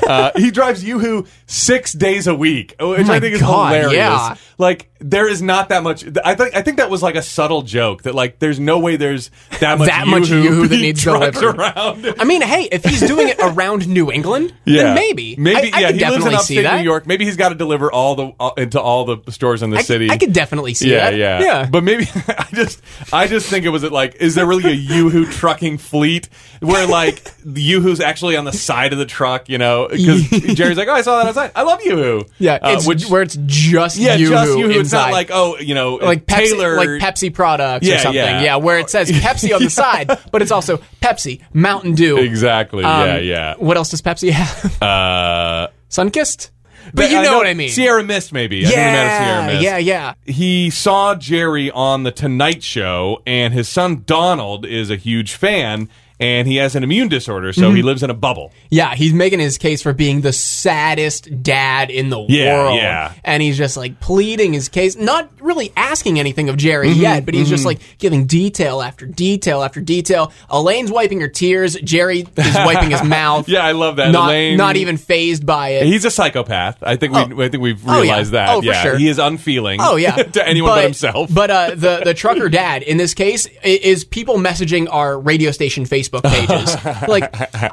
Speaker 1: uh, he drives YooHoo six days a week, oh, which I
Speaker 2: my
Speaker 1: think
Speaker 2: God,
Speaker 1: is hilarious.
Speaker 2: yeah.
Speaker 1: Like there is not that much. I think I think that was like a subtle joke that like there's no way there's that much
Speaker 2: That much
Speaker 1: YooHoo
Speaker 2: YooHoo that
Speaker 1: being
Speaker 2: needs
Speaker 1: trucked
Speaker 2: delivered.
Speaker 1: around.
Speaker 2: I mean, hey, if he's doing it around New England, then maybe,
Speaker 1: maybe.
Speaker 2: I, I
Speaker 1: yeah,
Speaker 2: could
Speaker 1: he
Speaker 2: definitely
Speaker 1: lives in
Speaker 2: see
Speaker 1: upstate
Speaker 2: that.
Speaker 1: New York. Maybe he's got to deliver all the all, into all the stores in the
Speaker 2: I,
Speaker 1: city.
Speaker 2: I could definitely see
Speaker 1: yeah,
Speaker 2: that.
Speaker 1: yeah,
Speaker 2: yeah.
Speaker 1: But maybe I just, I just think it was at like, is there really a YooHoo trucking fleet where like the YooHoo's actually on the side of the truck, you know? Because Jerry's like, oh, I saw that outside. I love YooHoo.
Speaker 2: yeah,
Speaker 1: Uh,
Speaker 2: it's
Speaker 1: which
Speaker 2: where it's just
Speaker 1: yeah,
Speaker 2: you
Speaker 1: just YooHoo. It's
Speaker 2: inside.
Speaker 1: not like oh, you know,
Speaker 2: like Pepsi,
Speaker 1: Taylor,
Speaker 2: like Pepsi products
Speaker 1: Yeah,
Speaker 2: or something.
Speaker 1: yeah.
Speaker 2: Yeah. where it says Pepsi on the side, but it's also Pepsi, Mountain Dew.
Speaker 1: Exactly.
Speaker 2: Um,
Speaker 1: yeah,
Speaker 2: What else does Pepsi have?
Speaker 1: yeah. Uh,
Speaker 2: Sunkist. But you know, what I mean.
Speaker 1: Sierra Mist, maybe. I think we met at Sierra
Speaker 2: yeah,
Speaker 1: Mist.
Speaker 2: yeah, yeah.
Speaker 1: he saw Jerry on the Tonight Show, and his son Donald is a huge fan. and he has an immune disorder, so
Speaker 2: Mm-hmm.
Speaker 1: he lives in a bubble.
Speaker 2: Yeah, he's making his case for being the saddest dad in the
Speaker 1: Yeah,
Speaker 2: world.
Speaker 1: yeah.
Speaker 2: And he's just like pleading his case, not really asking anything of Jerry
Speaker 1: Mm-hmm,
Speaker 2: yet, but he's just like giving detail after detail after detail. Elaine's wiping her tears. Jerry is wiping his mouth.
Speaker 1: Yeah, I love that.
Speaker 2: Not,
Speaker 1: Elaine,
Speaker 2: not even phased by it.
Speaker 1: He's a psychopath. I think we. I think we've
Speaker 2: Oh, yeah.
Speaker 1: realized that.
Speaker 2: Oh, for
Speaker 1: yeah,
Speaker 2: sure.
Speaker 1: he is unfeeling.
Speaker 2: Oh yeah,
Speaker 1: to anyone but, himself.
Speaker 2: But uh, the the trucker dad in this case i- is people messaging our radio station Facebook pages. like,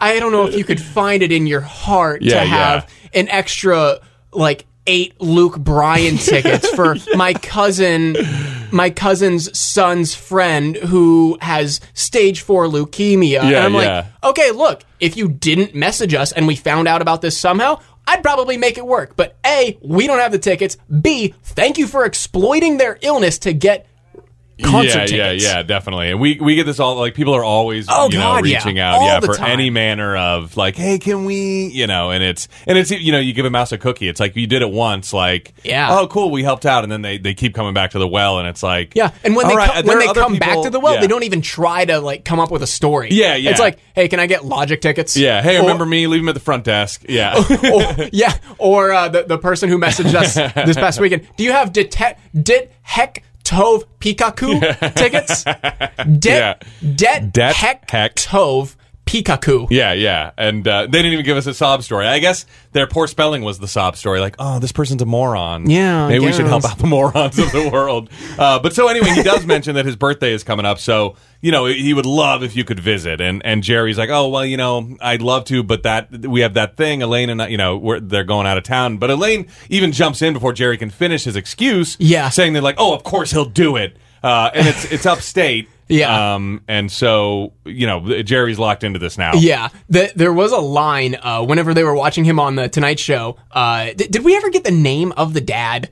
Speaker 2: I don't know if you could find it in your heart
Speaker 1: Yeah,
Speaker 2: to have an extra like eight Luke Bryan tickets for my cousin, my cousin's son's friend who has stage four leukemia. and
Speaker 1: Yeah,
Speaker 2: I'm
Speaker 1: yeah.
Speaker 2: like, okay, look, if you didn't message us and we found out about this somehow, I'd probably make it work. But A, we don't have the tickets. B, thank you for exploiting their illness to get concert
Speaker 1: yeah,
Speaker 2: tickets.
Speaker 1: Yeah, yeah, definitely. And we we get this all like people are always
Speaker 2: Oh,
Speaker 1: you know
Speaker 2: God, yeah.
Speaker 1: reaching out
Speaker 2: All
Speaker 1: yeah
Speaker 2: the
Speaker 1: for
Speaker 2: time.
Speaker 1: any manner of like hey can we you know and it's and it's you know you give a mouse a cookie it's like you did it once like
Speaker 2: Yeah.
Speaker 1: oh cool we helped out and then they they keep coming back to the well and it's like
Speaker 2: Yeah, and when they
Speaker 1: all right, uh,
Speaker 2: come,
Speaker 1: there
Speaker 2: when
Speaker 1: are
Speaker 2: they
Speaker 1: other
Speaker 2: come back
Speaker 1: people-
Speaker 2: to the well,
Speaker 1: yeah.
Speaker 2: they don't even try to like come up with a story.
Speaker 1: Yeah, yeah.
Speaker 2: It's like, hey, can I get logic tickets?
Speaker 1: yeah hey
Speaker 2: Or-
Speaker 1: remember me leave them at the front desk yeah
Speaker 2: or, yeah, or uh, the the person who messaged us this past weekend. Do you have det det heck tove pikaku tickets?
Speaker 1: Yeah.
Speaker 2: Det det
Speaker 1: Det
Speaker 2: heck
Speaker 1: heck.
Speaker 2: tove pikaku.
Speaker 1: Yeah, yeah, and uh, they didn't even give us a sob story. I guess their poor spelling was the sob story. Like, oh, this person's a moron.
Speaker 2: Yeah, I
Speaker 1: maybe we should help
Speaker 2: guess.
Speaker 1: out the morons of the world. Uh, but so anyway, he does mention that his birthday is coming up, so you know he would love if you could visit. And and Jerry's like, oh well, you know, I'd love to, but that we have that thing. Elaine and I, you know, we're, they're going out of town. But Elaine even jumps in before Jerry can finish his excuse.
Speaker 2: Yeah.
Speaker 1: saying that like, oh, of course he'll do it. Uh, and it's it's upstate.
Speaker 2: Yeah.
Speaker 1: Um, and so, you know, Jerry's locked into this now.
Speaker 2: Yeah, the, there was a line uh, whenever they were watching him on the Tonight Show. Uh, di- did we ever get the name of the dad?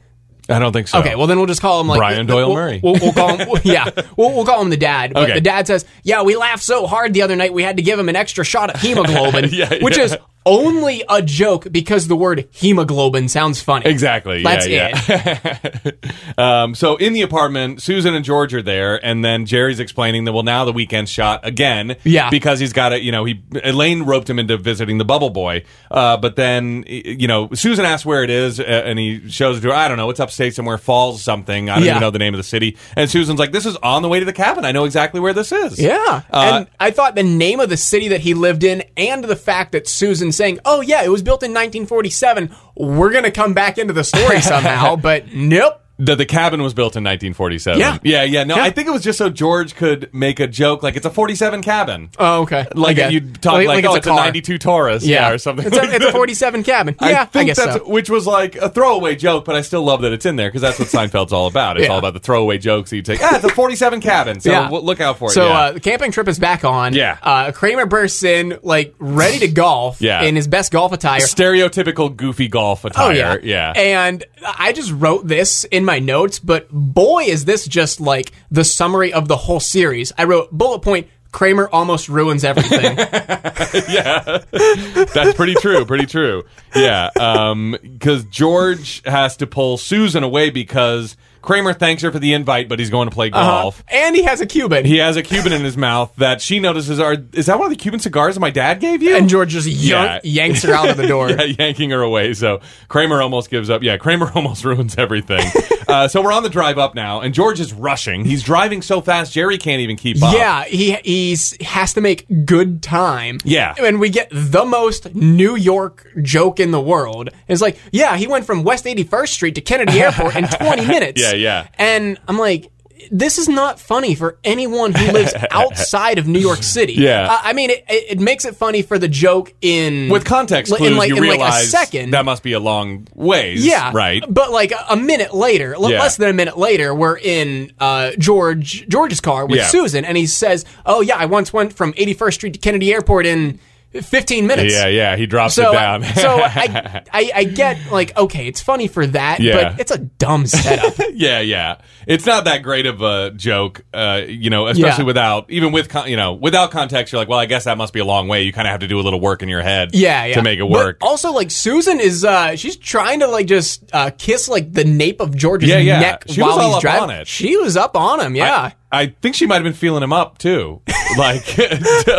Speaker 1: I don't think so.
Speaker 2: Okay, well then we'll just call him like
Speaker 1: Brian
Speaker 2: the-
Speaker 1: Doyle
Speaker 2: we'll-
Speaker 1: Murray.
Speaker 2: We'll, we'll call him yeah. We'll, we'll call him the dad. But
Speaker 1: Okay.
Speaker 2: the dad says, "Yeah, we laughed so hard the other night we had to give him an extra shot of hemoglobin,
Speaker 1: Yeah,
Speaker 2: which
Speaker 1: yeah.
Speaker 2: is only a joke because the word hemoglobin sounds funny."
Speaker 1: Exactly.
Speaker 2: That's
Speaker 1: yeah,
Speaker 2: it.
Speaker 1: it. Um, so in the apartment, Susan and George are there, and then Jerry's explaining that well, now the weekend shot again.
Speaker 2: Yeah.
Speaker 1: because he's got it. You know, he Elaine roped him into visiting the Bubble Boy, uh, but then y- you know Susan asks where it is, uh, and he shows it to her. I don't know. It's upstate somewhere, Falls something. I don't
Speaker 2: Yeah.
Speaker 1: even know the name of the city. And Susan's like, "This is on the way to the cabin. I know exactly where this is."
Speaker 2: Yeah.
Speaker 1: Uh,
Speaker 2: and I thought the name of the city that he lived in and the fact that Susan saying, oh, yeah, it was built in 1947, we're going to come back into the story somehow, but nope.
Speaker 1: That the cabin was built in 1947.
Speaker 2: Yeah.
Speaker 1: yeah, yeah. No,
Speaker 2: Yeah.
Speaker 1: I think it was just so George could make a joke, like it's a 47 cabin.
Speaker 2: Oh, okay.
Speaker 1: like
Speaker 2: Okay.
Speaker 1: you talk like, oh, it's a,
Speaker 2: car.
Speaker 1: 92 Taurus, yeah, or something.
Speaker 2: It's
Speaker 1: like
Speaker 2: a, it's a
Speaker 1: that.
Speaker 2: 47 cabin.
Speaker 1: I
Speaker 2: yeah,
Speaker 1: think
Speaker 2: I guess
Speaker 1: that's
Speaker 2: so.
Speaker 1: which was like a throwaway joke, but I still love that it's in there because that's what Seinfeld's all about. It's
Speaker 2: Yeah.
Speaker 1: all about the throwaway jokes that you take. Ah, it's a 47 cabin, so
Speaker 2: yeah.
Speaker 1: w- look out for it.
Speaker 2: So
Speaker 1: yeah.
Speaker 2: uh, the camping trip is back on.
Speaker 1: Yeah.
Speaker 2: Uh, Kramer bursts in, like, ready to golf
Speaker 1: Yeah.
Speaker 2: in his best golf attire.
Speaker 1: stereotypical goofy golf
Speaker 2: Oh,
Speaker 1: attire. yeah.
Speaker 2: And I just wrote this in my notes, but boy, is this just like the summary of the whole series. I wrote bullet point. Kramer almost ruins everything.
Speaker 1: That's pretty true. Pretty true. Yeah. Because George has to pull Susan away because Kramer thanks her for the invite, but he's going to
Speaker 2: Uh-huh.
Speaker 1: play golf.
Speaker 2: and he has a Cuban.
Speaker 1: He has a Cuban in his mouth that she notices are. Is that one of the Cuban cigars that my dad gave you?
Speaker 2: and George just
Speaker 1: Yeah.
Speaker 2: yank, yanks her out of the door.
Speaker 1: yeah, yanking her away. So Kramer almost gives up. Yeah, Kramer almost ruins everything. uh, so we're on the drive up now, and George is rushing. He's driving so fast, Jerry can't even keep up.
Speaker 2: Yeah, he he's has to make good time.
Speaker 1: Yeah.
Speaker 2: and we get the most New York joke in the world. It's like, yeah, he went from West 81st Street to Kennedy Airport in 20 minutes.
Speaker 1: Yeah, yeah.
Speaker 2: And I'm like, this is not funny for anyone who lives outside of New York City.
Speaker 1: Yeah.
Speaker 2: Uh, I mean, it, it it makes it funny for the joke in
Speaker 1: With context
Speaker 2: in
Speaker 1: clues,
Speaker 2: like-
Speaker 1: you
Speaker 2: in
Speaker 1: realize
Speaker 2: like a second.
Speaker 1: that must be a long ways.
Speaker 2: Yeah.
Speaker 1: right.
Speaker 2: But like a- a minute later, l-
Speaker 1: Yeah.
Speaker 2: less than a minute later, we're in uh, George George's car with
Speaker 1: Yeah.
Speaker 2: Susan, and he says, "Oh yeah, I once went from 81st Street to Kennedy Airport in 15 minutes.
Speaker 1: Yeah, yeah, he drops
Speaker 2: So,
Speaker 1: it down.
Speaker 2: so I, I, I get like, okay, it's funny for that,
Speaker 1: Yeah.
Speaker 2: but it's a dumb setup.
Speaker 1: yeah, yeah. It's not that great of a joke, uh, you know, especially
Speaker 2: Yeah.
Speaker 1: without even with con- you know without context. You're like, well, I guess that must be a long way. You kind of have to do a little work in your head,
Speaker 2: yeah, yeah.
Speaker 1: to make it
Speaker 2: But oh,
Speaker 1: work.
Speaker 2: also, like Susan is, uh she's trying to like just uh kiss like the nape of George's
Speaker 1: Yeah, yeah.
Speaker 2: neck
Speaker 1: She
Speaker 2: while
Speaker 1: was all
Speaker 2: he's
Speaker 1: up
Speaker 2: driving.
Speaker 1: on it.
Speaker 2: She was up on him. Yeah.
Speaker 1: I think she might have been feeling him up too, like.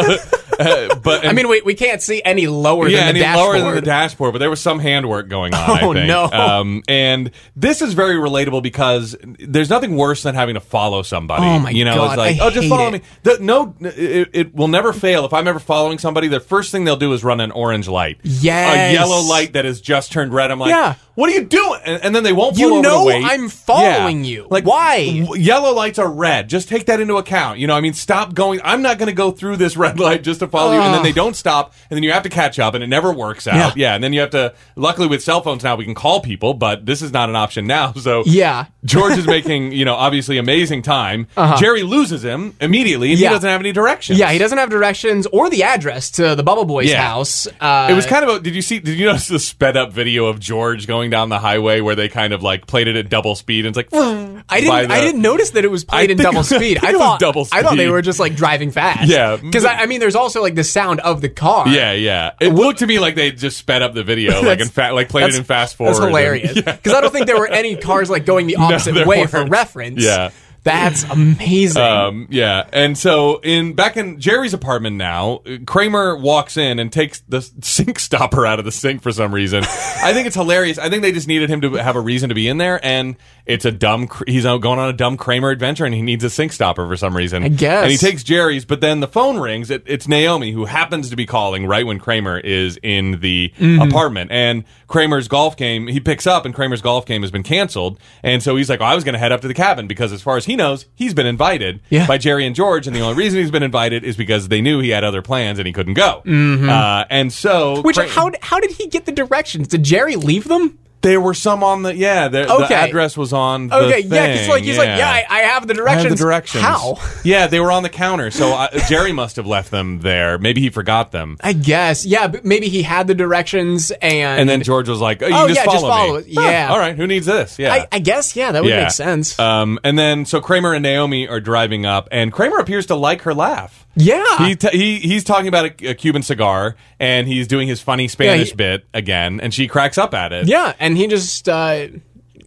Speaker 1: uh, but
Speaker 2: I mean, we, we can't see any lower
Speaker 1: yeah,
Speaker 2: than
Speaker 1: and
Speaker 2: the
Speaker 1: he
Speaker 2: dashboard.
Speaker 1: lower than the dashboard, but there was some handwork going on. I
Speaker 2: Oh,
Speaker 1: think.
Speaker 2: no.
Speaker 1: Um, and this is very relatable because there's nothing worse than having to follow somebody.
Speaker 2: Oh, my
Speaker 1: You know,
Speaker 2: God,
Speaker 1: it's like,
Speaker 2: I
Speaker 1: oh, just
Speaker 2: hate
Speaker 1: follow me.
Speaker 2: it.
Speaker 1: The- no, it, it will never fail. If I'm ever following somebody, the first thing they'll do is run an orange light.
Speaker 2: Yes.
Speaker 1: a yellow light that has just turned red. I'm like,
Speaker 2: Yeah.
Speaker 1: what are you doing? And, and then they won't.
Speaker 2: You
Speaker 1: pull over to
Speaker 2: know
Speaker 1: wait.
Speaker 2: I'm following you.
Speaker 1: Like
Speaker 2: Why?
Speaker 1: w- Yellow lights are red. Just take that into account. You know, I mean, stop going. I'm not going to go through this red light just to follow you. And then
Speaker 2: Ugh.
Speaker 1: they don't stop. And then you have to catch up, and it never works out.
Speaker 2: Yeah.
Speaker 1: yeah. And then you have to. Luckily, with cell phones now, we can call people, but this is not an option now. So
Speaker 2: Yeah. Uh-huh.
Speaker 1: George is making you know obviously amazing time. Jerry loses him immediately, and
Speaker 2: Yeah.
Speaker 1: he doesn't have any directions.
Speaker 2: Yeah, he doesn't have directions or the address to the Bubble Boys
Speaker 1: Yeah.
Speaker 2: house. Uh,
Speaker 1: It was kind of a. Did you see? Did you notice the sped up video of George going down the highway where they kind of like played it at double speed and it's like
Speaker 2: I didn't.
Speaker 1: by the-
Speaker 2: I didn't notice that it was played
Speaker 1: I
Speaker 2: in
Speaker 1: think-
Speaker 2: double speed.
Speaker 1: I
Speaker 2: I
Speaker 1: think it was
Speaker 2: thought
Speaker 1: double
Speaker 2: I thought they
Speaker 1: speed.
Speaker 2: were just like driving fast.
Speaker 1: Yeah.
Speaker 2: because I, I mean, there's also like the sound of the car.
Speaker 1: Yeah, yeah. It looked to me like they just sped up the video, like
Speaker 2: That's-
Speaker 1: in fa- like played it
Speaker 2: that's-
Speaker 1: in fast forward.
Speaker 2: that's
Speaker 1: and-
Speaker 2: hilarious.
Speaker 1: Yeah.
Speaker 2: Because I don't think there were any cars like going the opposite
Speaker 1: there
Speaker 2: way for
Speaker 1: weren't.
Speaker 2: reference.
Speaker 1: Yeah.
Speaker 2: that's amazing.
Speaker 1: Um, yeah, and so in back in Jerry's apartment now, Kramer walks in and takes the sink stopper out of the sink for some reason. I think it's hilarious. I think they just needed him to have a reason to be in there, and it's a dumb. Kr- He's out going on a dumb Kramer adventure, and he needs a sink stopper for some reason. I
Speaker 2: guess.
Speaker 1: And he takes Jerry's, but then the phone rings. It, it's Naomi who happens to be calling right when Kramer is in the
Speaker 2: Mm-hmm.
Speaker 1: apartment, and Kramer's golf game. He picks up, and Kramer's golf game has been canceled, and so he's like, oh, "I was going to head up to the cabin because, as far as he knows, he's been invited."
Speaker 2: Yeah.
Speaker 1: by Jerry and George, and the only reason he's been invited is because they knew he had other plans and he couldn't go. Uh, and so,
Speaker 2: Mm-hmm. Which
Speaker 1: Cra-
Speaker 2: how how did he get the directions? Did Jerry leave them?
Speaker 1: there were some on the yeah, the,
Speaker 2: Okay.
Speaker 1: the address was on. The
Speaker 2: Okay, yeah, because
Speaker 1: thing,
Speaker 2: like he's like, yeah, I, I have the
Speaker 1: I
Speaker 2: directions.
Speaker 1: have the directions.
Speaker 2: How?
Speaker 1: Yeah, they were on the counter, so I, Jerry must have left them there. Maybe he forgot them,
Speaker 2: I guess. Yeah, but maybe he had the directions and
Speaker 1: and then George was like, "Oh, you
Speaker 2: Oh,
Speaker 1: just
Speaker 2: yeah,
Speaker 1: follow
Speaker 2: just follow
Speaker 1: me."
Speaker 2: it. Yeah.
Speaker 1: Huh, all right. Who needs this? Yeah.
Speaker 2: I, I guess yeah, that would
Speaker 1: Yeah.
Speaker 2: make sense.
Speaker 1: Um, and then so Kramer and Naomi are driving up, and Kramer appears to like her laugh.
Speaker 2: Yeah.
Speaker 1: he, t- he he's talking about a, a Cuban cigar, and he's doing his funny Spanish
Speaker 2: he-
Speaker 1: bit again, and she cracks up at it.
Speaker 2: yeah, and he just uh,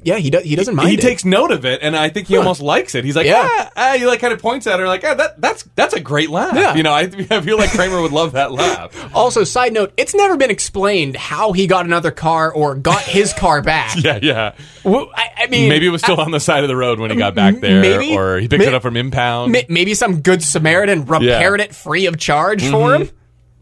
Speaker 2: yeah he do, he doesn't mind.
Speaker 1: He
Speaker 2: it.
Speaker 1: takes note of it, and I think he almost likes it. He's like,
Speaker 2: Yeah.
Speaker 1: ah, ah," he like kind of points at her, like, ah, that that's that's a great laugh.
Speaker 2: Yeah.
Speaker 1: You know, I, I feel like Kramer would love that laugh.
Speaker 2: Also, side note, it's never been explained how he got another car or got his car back.
Speaker 1: Yeah, yeah.
Speaker 2: Well, I, I mean,
Speaker 1: Maybe it was still on the side of the road when he got back there,
Speaker 2: maybe.
Speaker 1: or he picked
Speaker 2: May-
Speaker 1: it up from impound.
Speaker 2: ma- maybe some good Samaritan repaired it free of charge for him.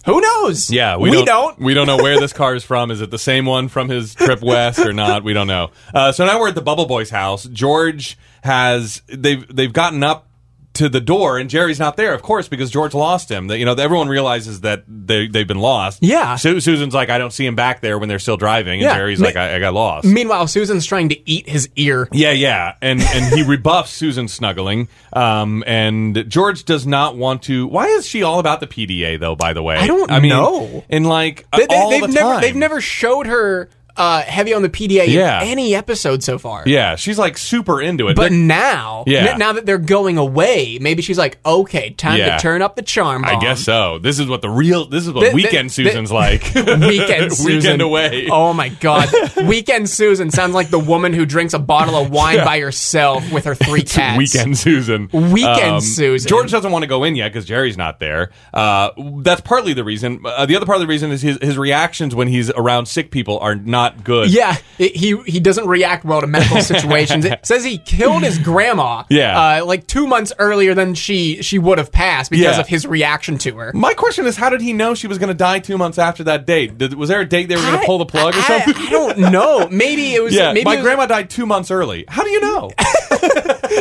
Speaker 2: Who knows?
Speaker 1: Mm-hmm. Yeah,
Speaker 2: we, don't.
Speaker 1: We don't know where this car is from. Is it the same one from his trip west or not? We don't know. Uh, so now we're at the Bubble Boys' house. George has they've they've gotten up to the door, and Jerry's not there, of course, because George lost him. That you know, everyone realizes that they they've been lost.
Speaker 2: Yeah.
Speaker 1: Su- Susan's like, I don't see him back there when they're still driving, and
Speaker 2: Yeah.
Speaker 1: Jerry's
Speaker 2: Ma-
Speaker 1: like, I, I got lost.
Speaker 2: Meanwhile, Susan's trying to eat his ear.
Speaker 1: Yeah, yeah, and and he rebuffs Susan snuggling, um, and George does not want to. Why is she all about the PDA though? By the way,
Speaker 2: I don't know.
Speaker 1: And like
Speaker 2: They,
Speaker 1: all
Speaker 2: have
Speaker 1: the time,
Speaker 2: never they've never showed her uh, heavy on the PDA
Speaker 1: Yeah.
Speaker 2: in any episode so far.
Speaker 1: Yeah, she's like super into it.
Speaker 2: But
Speaker 1: They're-
Speaker 2: now,
Speaker 1: Yeah.
Speaker 2: n- now that they're going away, maybe she's like, okay, time
Speaker 1: Yeah.
Speaker 2: to turn up the charm.
Speaker 1: I
Speaker 2: bomb.
Speaker 1: guess so. This is what the real. This is what
Speaker 2: Th- th-
Speaker 1: weekend
Speaker 2: th-
Speaker 1: Susan's like.
Speaker 2: Weekend Susan.
Speaker 1: Weekend away.
Speaker 2: Oh my God. Weekend Susan sounds like the woman who drinks a bottle of wine by herself with her three cats.
Speaker 1: Weekend Susan. Um,
Speaker 2: Weekend Susan.
Speaker 1: George doesn't want to go in yet because Jerry's not there. Uh, that's partly the reason. Uh, the other part of the reason is his, his reactions when he's around sick people are not good.
Speaker 2: Yeah, it- he he doesn't react well to medical situations. It says he killed his grandma.
Speaker 1: Yeah.
Speaker 2: uh, like two months earlier than she she would have passed because
Speaker 1: Yeah.
Speaker 2: of his reaction to her.
Speaker 1: My question is, how did he know she was going to die two months after that date? Did, was there a date they were going to pull the plug or
Speaker 2: I-
Speaker 1: something?
Speaker 2: I, I don't know. Maybe it was.
Speaker 1: yeah,
Speaker 2: maybe
Speaker 1: my
Speaker 2: it was-
Speaker 1: grandma died two months early. How do you know?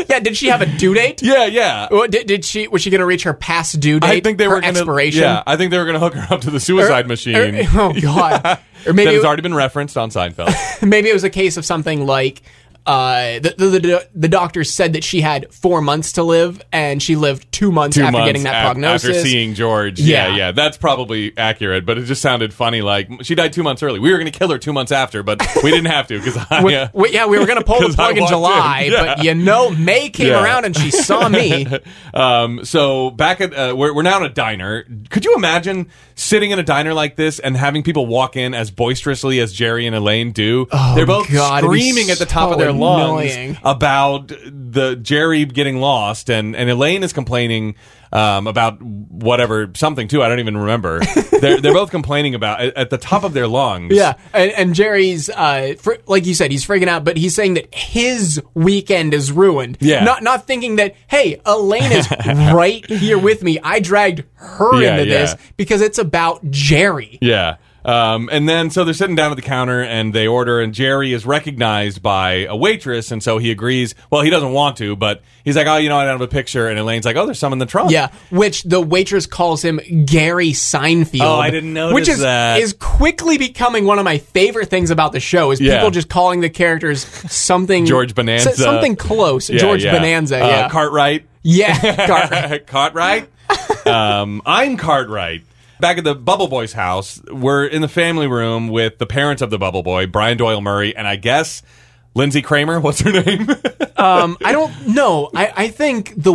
Speaker 2: Yeah, did she have a due date?
Speaker 1: yeah, yeah.
Speaker 2: Or Did, did she was she going to reach her past due date?
Speaker 1: I think they
Speaker 2: her
Speaker 1: were gonna,
Speaker 2: expiration.
Speaker 1: Yeah, I think they were going to hook her up to the suicide machine.
Speaker 2: Or- oh God! Or
Speaker 1: that
Speaker 2: maybe
Speaker 1: has
Speaker 2: it,
Speaker 1: already been referenced on Seinfeld.
Speaker 2: maybe it was a case of something like uh, the, the, the the doctor said that she had four months to live, and she lived two months
Speaker 1: two
Speaker 2: after
Speaker 1: months
Speaker 2: getting that
Speaker 1: af-
Speaker 2: prognosis.
Speaker 1: after seeing George. Yeah. yeah,
Speaker 2: Yeah.
Speaker 1: that's probably accurate. But it just sounded funny. Like she died two months early. We were going to kill her two months after, but we didn't have to uh, because
Speaker 2: we,
Speaker 1: Anya.
Speaker 2: we- yeah, we were gonna pull the
Speaker 1: 'Cause I
Speaker 2: plug in
Speaker 1: walked in,
Speaker 2: July, but you know, May came
Speaker 1: Yeah.
Speaker 2: around and she saw me.
Speaker 1: um, so back at uh, we're, we're now in a diner. Could you imagine sitting in a diner like this and having people walk in as boisterously as Jerry and Elaine do? They're both
Speaker 2: Oh God, it'd be
Speaker 1: screaming at the top
Speaker 2: so
Speaker 1: of their lungs
Speaker 2: annoying.
Speaker 1: about the Jerry getting lost, and and Elaine is complaining. Um, about whatever something too, I don't even remember. they're they're both complaining about at, at the top of their lungs.
Speaker 2: Yeah, and, and Jerry's, uh, fr- like you said, he's freaking out, but he's saying that his weekend is ruined.
Speaker 1: Yeah.
Speaker 2: not not thinking that hey, Elaine is right here with me. I dragged her
Speaker 1: Yeah,
Speaker 2: into this
Speaker 1: yeah.
Speaker 2: because it's about Jerry.
Speaker 1: Yeah. Um, and then so they're sitting down at the counter and they order and Jerry is recognized by a waitress and so he agrees. Well, he doesn't want to, but he's like, "Oh, you know, I don't have a picture." And Elaine's like, "Oh, there's some in the trunk."
Speaker 2: Yeah, which the waitress calls him Gary Seinfeld.
Speaker 1: Oh, I didn't notice
Speaker 2: Which is
Speaker 1: that.
Speaker 2: is quickly becoming one of my favorite things about the show is
Speaker 1: Yeah.
Speaker 2: people just calling the characters something
Speaker 1: George Bonanza.
Speaker 2: s- something close.
Speaker 1: Yeah,
Speaker 2: George
Speaker 1: yeah.
Speaker 2: Bonanza.
Speaker 1: Uh,
Speaker 2: Yeah,
Speaker 1: Cartwright.
Speaker 2: yeah. Car-
Speaker 1: Cartwright. um, I'm Cartwright. Back at the Bubble Boy's house, we're in the family room with the parents of the Bubble Boy, Brian Doyle Murray, and I guess Lindsay Kramer. What's her name?
Speaker 2: um, I don't know. I, I think the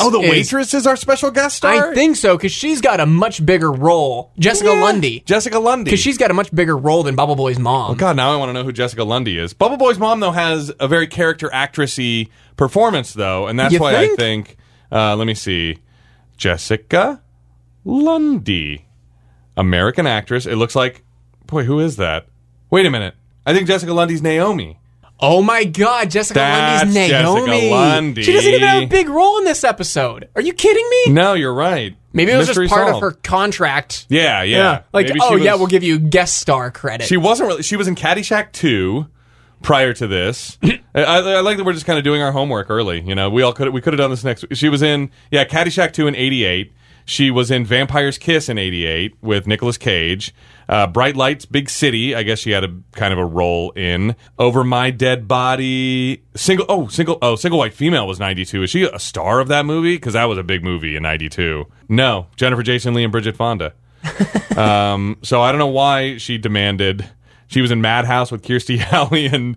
Speaker 1: oh, the
Speaker 2: is-
Speaker 1: waitress is our special guest star.
Speaker 2: I think so because she's got a much bigger role. Jessica
Speaker 1: Yeah.
Speaker 2: Lundy.
Speaker 1: Jessica Lundy.
Speaker 2: Because she's got a much bigger role than Bubble Boy's mom.
Speaker 1: God, now I want to know who Jessica Lundy is. Bubble Boy's mom though has a very character actressy performance though, and that's
Speaker 2: You
Speaker 1: why I
Speaker 2: think?
Speaker 1: think. Uh, let me see, Jessica Lundy, American actress. It looks like, boy, who is that? Wait a minute, I think Jessica Lundy's Naomi.
Speaker 2: Oh my God, Jessica
Speaker 1: That's
Speaker 2: Lundy's
Speaker 1: Jessica
Speaker 2: Naomi.
Speaker 1: Lundy.
Speaker 2: She doesn't even have a big role in this episode. Are you kidding me?
Speaker 1: No, you're right.
Speaker 2: Maybe it was
Speaker 1: Mystery
Speaker 2: just part
Speaker 1: solved.
Speaker 2: of her contract.
Speaker 1: Yeah, yeah.
Speaker 2: Like,
Speaker 1: Maybe she
Speaker 2: oh yeah,
Speaker 1: was-
Speaker 2: we'll give you guest star credit.
Speaker 1: She wasn't really. She was in Caddyshack two prior to this. I, I, I like that we're just kind of doing our homework early. You know, we all could we could have done this next. She was in yeah Caddyshack two in eighty eight. She was in Vampire's Kiss in eighty eight with Nicolas Cage. Uh, Bright Lights, Big City. I guess she had a kind of a role in Over My Dead Body. Single oh single oh single white female was ninety two. Is she a star of that movie? Because that was a big movie in ninety two. No, Jennifer Jason Lee and Bridget Fonda. Um, so I don't know why she demanded. She was in Madhouse with Kirstie Alley and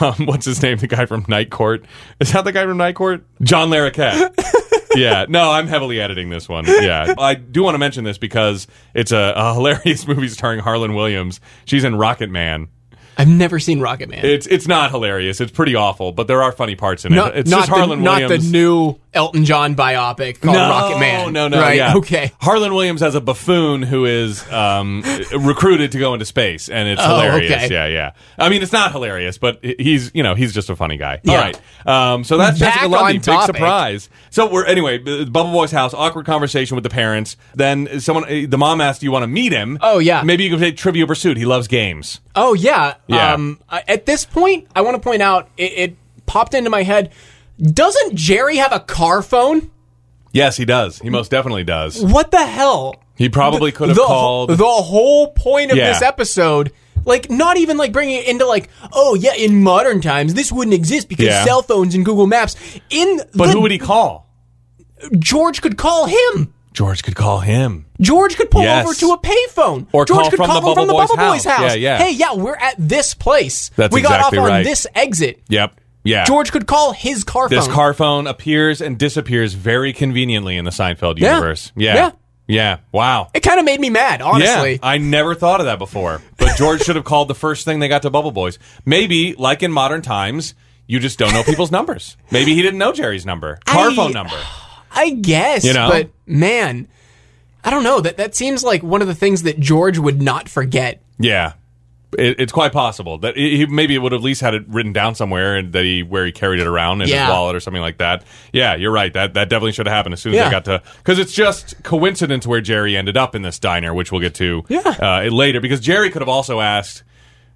Speaker 1: um, what's his name? The guy from Night Court. Is that the guy from Night Court? John Larroquette. yeah. No, I'm heavily editing this one. Yeah. I do want to mention this because it's a, a hilarious movie starring Harlan Williams. She's in Rocket Man.
Speaker 2: I've never seen Rocket Man.
Speaker 1: It's it's not hilarious. It's pretty awful, but there are funny parts in it.
Speaker 2: not,
Speaker 1: it's
Speaker 2: not
Speaker 1: just Harlan
Speaker 2: the,
Speaker 1: Williams.
Speaker 2: not the new Elton John biopic called Rocket Man.
Speaker 1: No, no,
Speaker 2: right?
Speaker 1: yeah.
Speaker 2: Okay.
Speaker 1: Harlan Williams has a buffoon who is um, recruited to go into space, and it's
Speaker 2: Oh,
Speaker 1: hilarious.
Speaker 2: okay.
Speaker 1: Yeah, yeah. I mean, it's not hilarious, but he- he's you know he's just a funny guy. All
Speaker 2: Yeah.
Speaker 1: right. Um, so that's
Speaker 2: Back
Speaker 1: Jessica Lundy.
Speaker 2: on
Speaker 1: Big
Speaker 2: topic.
Speaker 1: surprise. So we're anyway. B- Bubble Boy's house. Awkward conversation with the parents. Then someone, eh, the mom asked, "Do you want to meet him?"
Speaker 2: Oh, yeah.
Speaker 1: Maybe you can take Trivial Pursuit. He loves games.
Speaker 2: Oh yeah.
Speaker 1: Yeah.
Speaker 2: Um, I- at this point, I want to point out it, it popped into my head. Doesn't Jerry have a car phone?
Speaker 1: Yes, he does. He most definitely does.
Speaker 2: What the hell?
Speaker 1: He probably could have
Speaker 2: the,
Speaker 1: called.
Speaker 2: the whole point of
Speaker 1: Yeah.
Speaker 2: this episode like not even like bringing it into like oh yeah in modern times this wouldn't exist because
Speaker 1: Yeah.
Speaker 2: cell phones and google maps in
Speaker 1: but
Speaker 2: the,
Speaker 1: who would he call?
Speaker 2: george could call him
Speaker 1: George could call him.
Speaker 2: george could pull
Speaker 1: Yes.
Speaker 2: over to a payphone
Speaker 1: Or
Speaker 2: george
Speaker 1: call
Speaker 2: could
Speaker 1: from
Speaker 2: call
Speaker 1: the
Speaker 2: him from the
Speaker 1: Bubble Boy's
Speaker 2: bubble boys
Speaker 1: house.
Speaker 2: house
Speaker 1: Yeah, yeah.
Speaker 2: hey yeah we're at this place
Speaker 1: That's
Speaker 2: we got
Speaker 1: exactly
Speaker 2: off on
Speaker 1: right.
Speaker 2: this exit
Speaker 1: Yep. Yeah.
Speaker 2: george could call his car
Speaker 1: This
Speaker 2: phone
Speaker 1: car phone appears and disappears very conveniently in the Seinfeld
Speaker 2: Yeah.
Speaker 1: universe. Yeah. Yeah.
Speaker 2: Yeah.
Speaker 1: Wow.
Speaker 2: it kind of made me mad honestly
Speaker 1: Yeah. I never thought of that before. But George should have called the first thing they got to Bubble Boys. Maybe, like in modern times, you just don't know people's numbers. Maybe he didn't know Jerry's number, car
Speaker 2: I-
Speaker 1: phone number.
Speaker 2: I guess,
Speaker 1: You know?
Speaker 2: but man, I don't know. That that seems like one of the things that George would not forget.
Speaker 1: Yeah. It, it's quite possible that he he maybe would have at least had it written down somewhere and that he where he carried it around in
Speaker 2: Yeah.
Speaker 1: his wallet or something like that. Yeah, you're right. That that definitely should have happened as soon as
Speaker 2: Yeah.
Speaker 1: they got to because it's just coincidence where Jerry ended up in this diner, which we'll get to uh, later. Because Jerry could have also asked,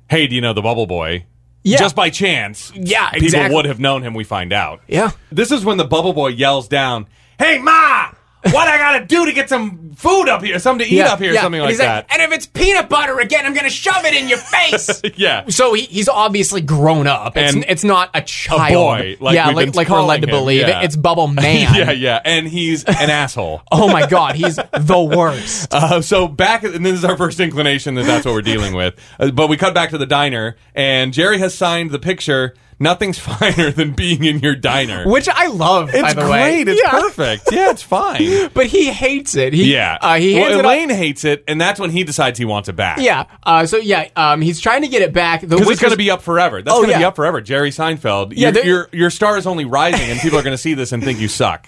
Speaker 1: "Hey, do you know the Bubble Boy?"
Speaker 2: Yeah.
Speaker 1: Just by chance,
Speaker 2: Yeah,
Speaker 1: people
Speaker 2: exactly.
Speaker 1: would have known him. We find out.
Speaker 2: Yeah.
Speaker 1: This is when the Bubble Boy yells down, "Hey, Ma! what I gotta do to get some food up here, something to eat up here,
Speaker 2: yeah.
Speaker 1: something
Speaker 2: And
Speaker 1: like
Speaker 2: he's
Speaker 1: that.
Speaker 2: and if it's peanut butter again, I'm gonna shove it in your face.
Speaker 1: yeah.
Speaker 2: So he, he's obviously grown up. It's,
Speaker 1: And
Speaker 2: it's not a child.
Speaker 1: boy, like
Speaker 2: yeah,
Speaker 1: we've
Speaker 2: like,
Speaker 1: been
Speaker 2: like we're led to
Speaker 1: calling him,
Speaker 2: believe.
Speaker 1: yeah.
Speaker 2: It's Bubble Man.
Speaker 1: Yeah, yeah, and he's an asshole.
Speaker 2: Oh my God, he's the worst.
Speaker 1: Uh, so back, and this is our first inclination that that's what we're dealing with. Uh, but we cut back to the diner, and Jerry has signed the picture. Nothing's finer than being in your diner.
Speaker 2: Which I love, by
Speaker 1: it's
Speaker 2: the
Speaker 1: great.
Speaker 2: way.
Speaker 1: It's
Speaker 2: yeah.
Speaker 1: perfect. Yeah, it's fine.
Speaker 2: But he hates it. He,
Speaker 1: Yeah.
Speaker 2: Uh, he hates
Speaker 1: well,
Speaker 2: it. on-
Speaker 1: Elaine hates it, and that's when he decides he wants it back.
Speaker 2: yeah. Uh, so yeah, um, he's trying to get it back. The
Speaker 1: Because
Speaker 2: witch
Speaker 1: it's going
Speaker 2: was-
Speaker 1: to be up forever. That's
Speaker 2: Oh,
Speaker 1: going to be
Speaker 2: yeah.
Speaker 1: up forever. Jerry Seinfeld,
Speaker 2: Yeah,
Speaker 1: your,
Speaker 2: there-
Speaker 1: your, your star is only rising, and people are going to see this and think you suck.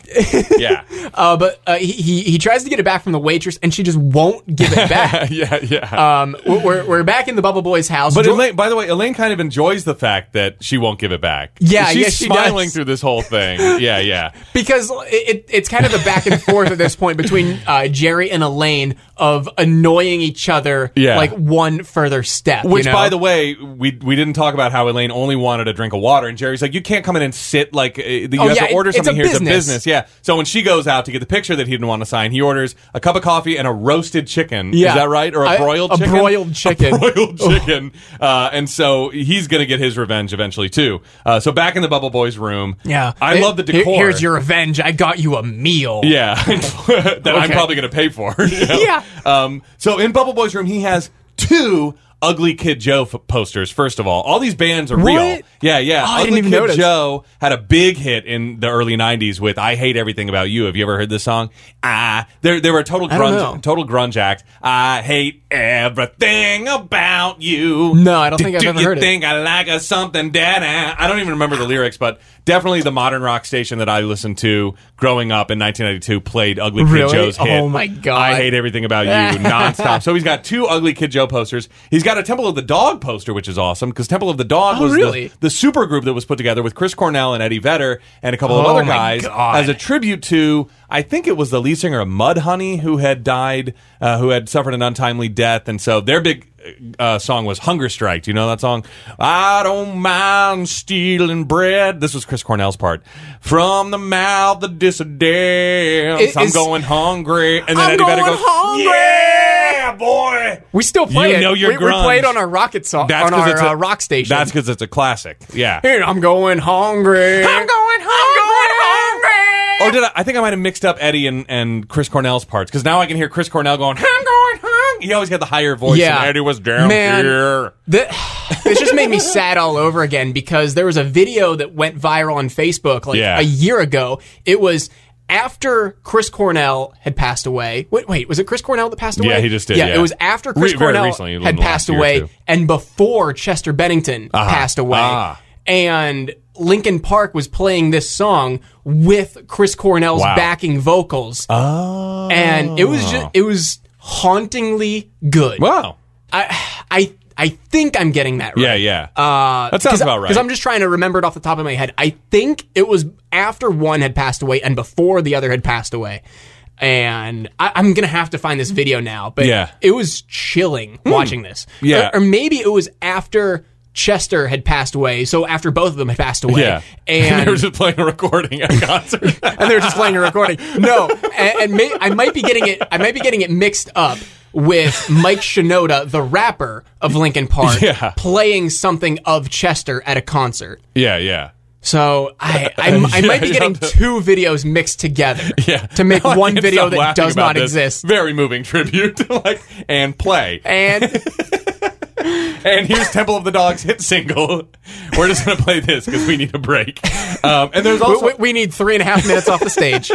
Speaker 1: Yeah.
Speaker 2: Uh, but uh, he, he he tries to get it back from the waitress, and she just won't give it back.
Speaker 1: yeah, yeah.
Speaker 2: um, we're, we're we're back in the Bubble Boy's house.
Speaker 1: But
Speaker 2: Jo-
Speaker 1: Elaine, by the way, Elaine kind of enjoys the fact that she won't give it back.
Speaker 2: Yeah,
Speaker 1: she's
Speaker 2: yeah, she
Speaker 1: smiling
Speaker 2: does.
Speaker 1: through this whole thing. Yeah, yeah,
Speaker 2: because it, it, it's kind of a back and forth at this point between uh, Jerry and Elaine of annoying each other
Speaker 1: Yeah.
Speaker 2: like one further step.
Speaker 1: Which, by the way, we we didn't talk about how Elaine only wanted a drink of water, and Jerry's like, "You can't come in and sit like uh, you have
Speaker 2: Oh, yeah,
Speaker 1: to order
Speaker 2: it- it's
Speaker 1: something
Speaker 2: a
Speaker 1: here. It's a
Speaker 2: business."
Speaker 1: business." Yeah. So when she goes out to get the picture that he didn't want to sign, he orders a cup of coffee and a roasted chicken.
Speaker 2: Yeah.
Speaker 1: Is that right? Or a
Speaker 2: I-
Speaker 1: broiled
Speaker 2: a
Speaker 1: chicken?
Speaker 2: broiled chicken.
Speaker 1: A broiled chicken. Uh, and so he's going to get his revenge eventually too. Uh, so back in the Bubble Boys room.
Speaker 2: yeah,
Speaker 1: I
Speaker 2: Here-
Speaker 1: love the
Speaker 2: here-
Speaker 1: decor.
Speaker 2: here's your revenge. I got you a meal.
Speaker 1: Yeah, that I'm
Speaker 2: Oh. Okay.
Speaker 1: probably going to pay for. you know?
Speaker 2: Yeah.
Speaker 1: Um. So in Bubble Boy's room, he has two Ugly Kid Joe f- posters. First of all, all these bands are real.
Speaker 2: What?
Speaker 1: Yeah, yeah.
Speaker 2: Oh, I
Speaker 1: Ugly
Speaker 2: didn't even
Speaker 1: Kid
Speaker 2: notice.
Speaker 1: Joe had a big hit in the early '90s with "I Hate Everything About You." Have you ever heard this song? Ah, they they were a total
Speaker 2: don't
Speaker 1: grunge,
Speaker 2: know.
Speaker 1: total grunge act. I hate everything about you.
Speaker 2: No, I don't
Speaker 1: Do-
Speaker 2: think I've
Speaker 1: do
Speaker 2: ever
Speaker 1: you
Speaker 2: heard it.
Speaker 1: think I like a something dead. I don't even remember the lyrics, but definitely the modern rock station that I listened to growing up in 1992 played Ugly Kid
Speaker 2: Really?
Speaker 1: Joe's hit.
Speaker 2: Oh my God.
Speaker 1: I hate everything about you nonstop. So he's got two Ugly Kid Joe posters. He's got a Temple of the Dog poster, which is awesome because Temple of the Dog was the-
Speaker 2: Oh, really?
Speaker 1: the, super group that was put together with Chris Cornell and Eddie Vedder and a couple of
Speaker 2: Oh
Speaker 1: other
Speaker 2: my
Speaker 1: guys
Speaker 2: God.
Speaker 1: as a tribute to I think it was the lead singer of Mudhoney who had died, uh, who had suffered an untimely death, and so their big uh, song was "Hunger Strike." Do you know that song? I don't mind stealing bread. This was Chris Cornell's part from the mouth of dissidents.
Speaker 2: Is-
Speaker 1: I'm
Speaker 2: is-
Speaker 1: going hungry, and then
Speaker 2: I'm
Speaker 1: Eddie Vedder
Speaker 2: going
Speaker 1: goes,
Speaker 2: hungry!
Speaker 1: "Yeah, boy."
Speaker 2: We still play
Speaker 1: You
Speaker 2: it.
Speaker 1: know your
Speaker 2: we, we
Speaker 1: grunge.
Speaker 2: play it on our rocket song on
Speaker 1: 'cause
Speaker 2: our
Speaker 1: it's a-
Speaker 2: uh, rock station.
Speaker 1: That's because it's a classic. Yeah.
Speaker 2: Dude, I'm going hungry. I'm going hungry.
Speaker 1: Or Oh, did I? I think I might have mixed up Eddie and, and Chris Cornell's parts because now I can hear Chris Cornell going, "I'm going hung." He always had the higher voice.
Speaker 2: Yeah.
Speaker 1: and Eddie was down
Speaker 2: Man.
Speaker 1: here.
Speaker 2: The, this just made me sad all over again because there was a video that went viral on Facebook like
Speaker 1: Yeah.
Speaker 2: a year ago. It was after Chris Cornell had passed away. Wait, wait, was it Chris Cornell that passed away?
Speaker 1: Yeah, he just did, yeah.
Speaker 2: it was after Chris
Speaker 1: Re- very
Speaker 2: Cornell
Speaker 1: recently, in
Speaker 2: had
Speaker 1: the last
Speaker 2: passed
Speaker 1: year or
Speaker 2: away
Speaker 1: two.
Speaker 2: and before Chester Bennington passed away.
Speaker 1: Ah.
Speaker 2: And Linkin Park was playing this song with Chris Cornell's
Speaker 1: Wow.
Speaker 2: backing vocals.
Speaker 1: Oh,
Speaker 2: And it was just it was hauntingly good.
Speaker 1: wow.
Speaker 2: I I I think I'm getting that right.
Speaker 1: Yeah, yeah. Uh, that sounds about right.
Speaker 2: Because I'm just trying to remember it off the top of my head. I think it was after one had passed away and before the other had passed away. And I, I'm gonna have to find this video now, but
Speaker 1: Yeah. Hmm.
Speaker 2: it was chilling watching this.
Speaker 1: Yeah.
Speaker 2: or, or maybe it was after Chester had passed away, so after both of them had passed away,
Speaker 1: yeah,
Speaker 2: and
Speaker 1: they were just playing a recording at a concert.
Speaker 2: and they were just playing a recording. No, and, and may, I might be getting it. I might be getting it mixed up with Mike Shinoda, the rapper of Linkin Park,
Speaker 1: Yeah.
Speaker 2: playing something of Chester at a concert.
Speaker 1: yeah, yeah.
Speaker 2: So I, I, I might be
Speaker 1: Yeah,
Speaker 2: getting
Speaker 1: yeah.
Speaker 2: two videos mixed together
Speaker 1: Yeah.
Speaker 2: to make
Speaker 1: Now I
Speaker 2: one
Speaker 1: can't
Speaker 2: video
Speaker 1: stop
Speaker 2: that
Speaker 1: laughing
Speaker 2: does
Speaker 1: about
Speaker 2: not
Speaker 1: this.
Speaker 2: exist.
Speaker 1: Very moving tribute, like and play.
Speaker 2: And
Speaker 1: And here's Temple of the Dog's hit single. We're just gonna play this because we need a break. Um, and there's also
Speaker 2: we, we need three and a half minutes off the stage.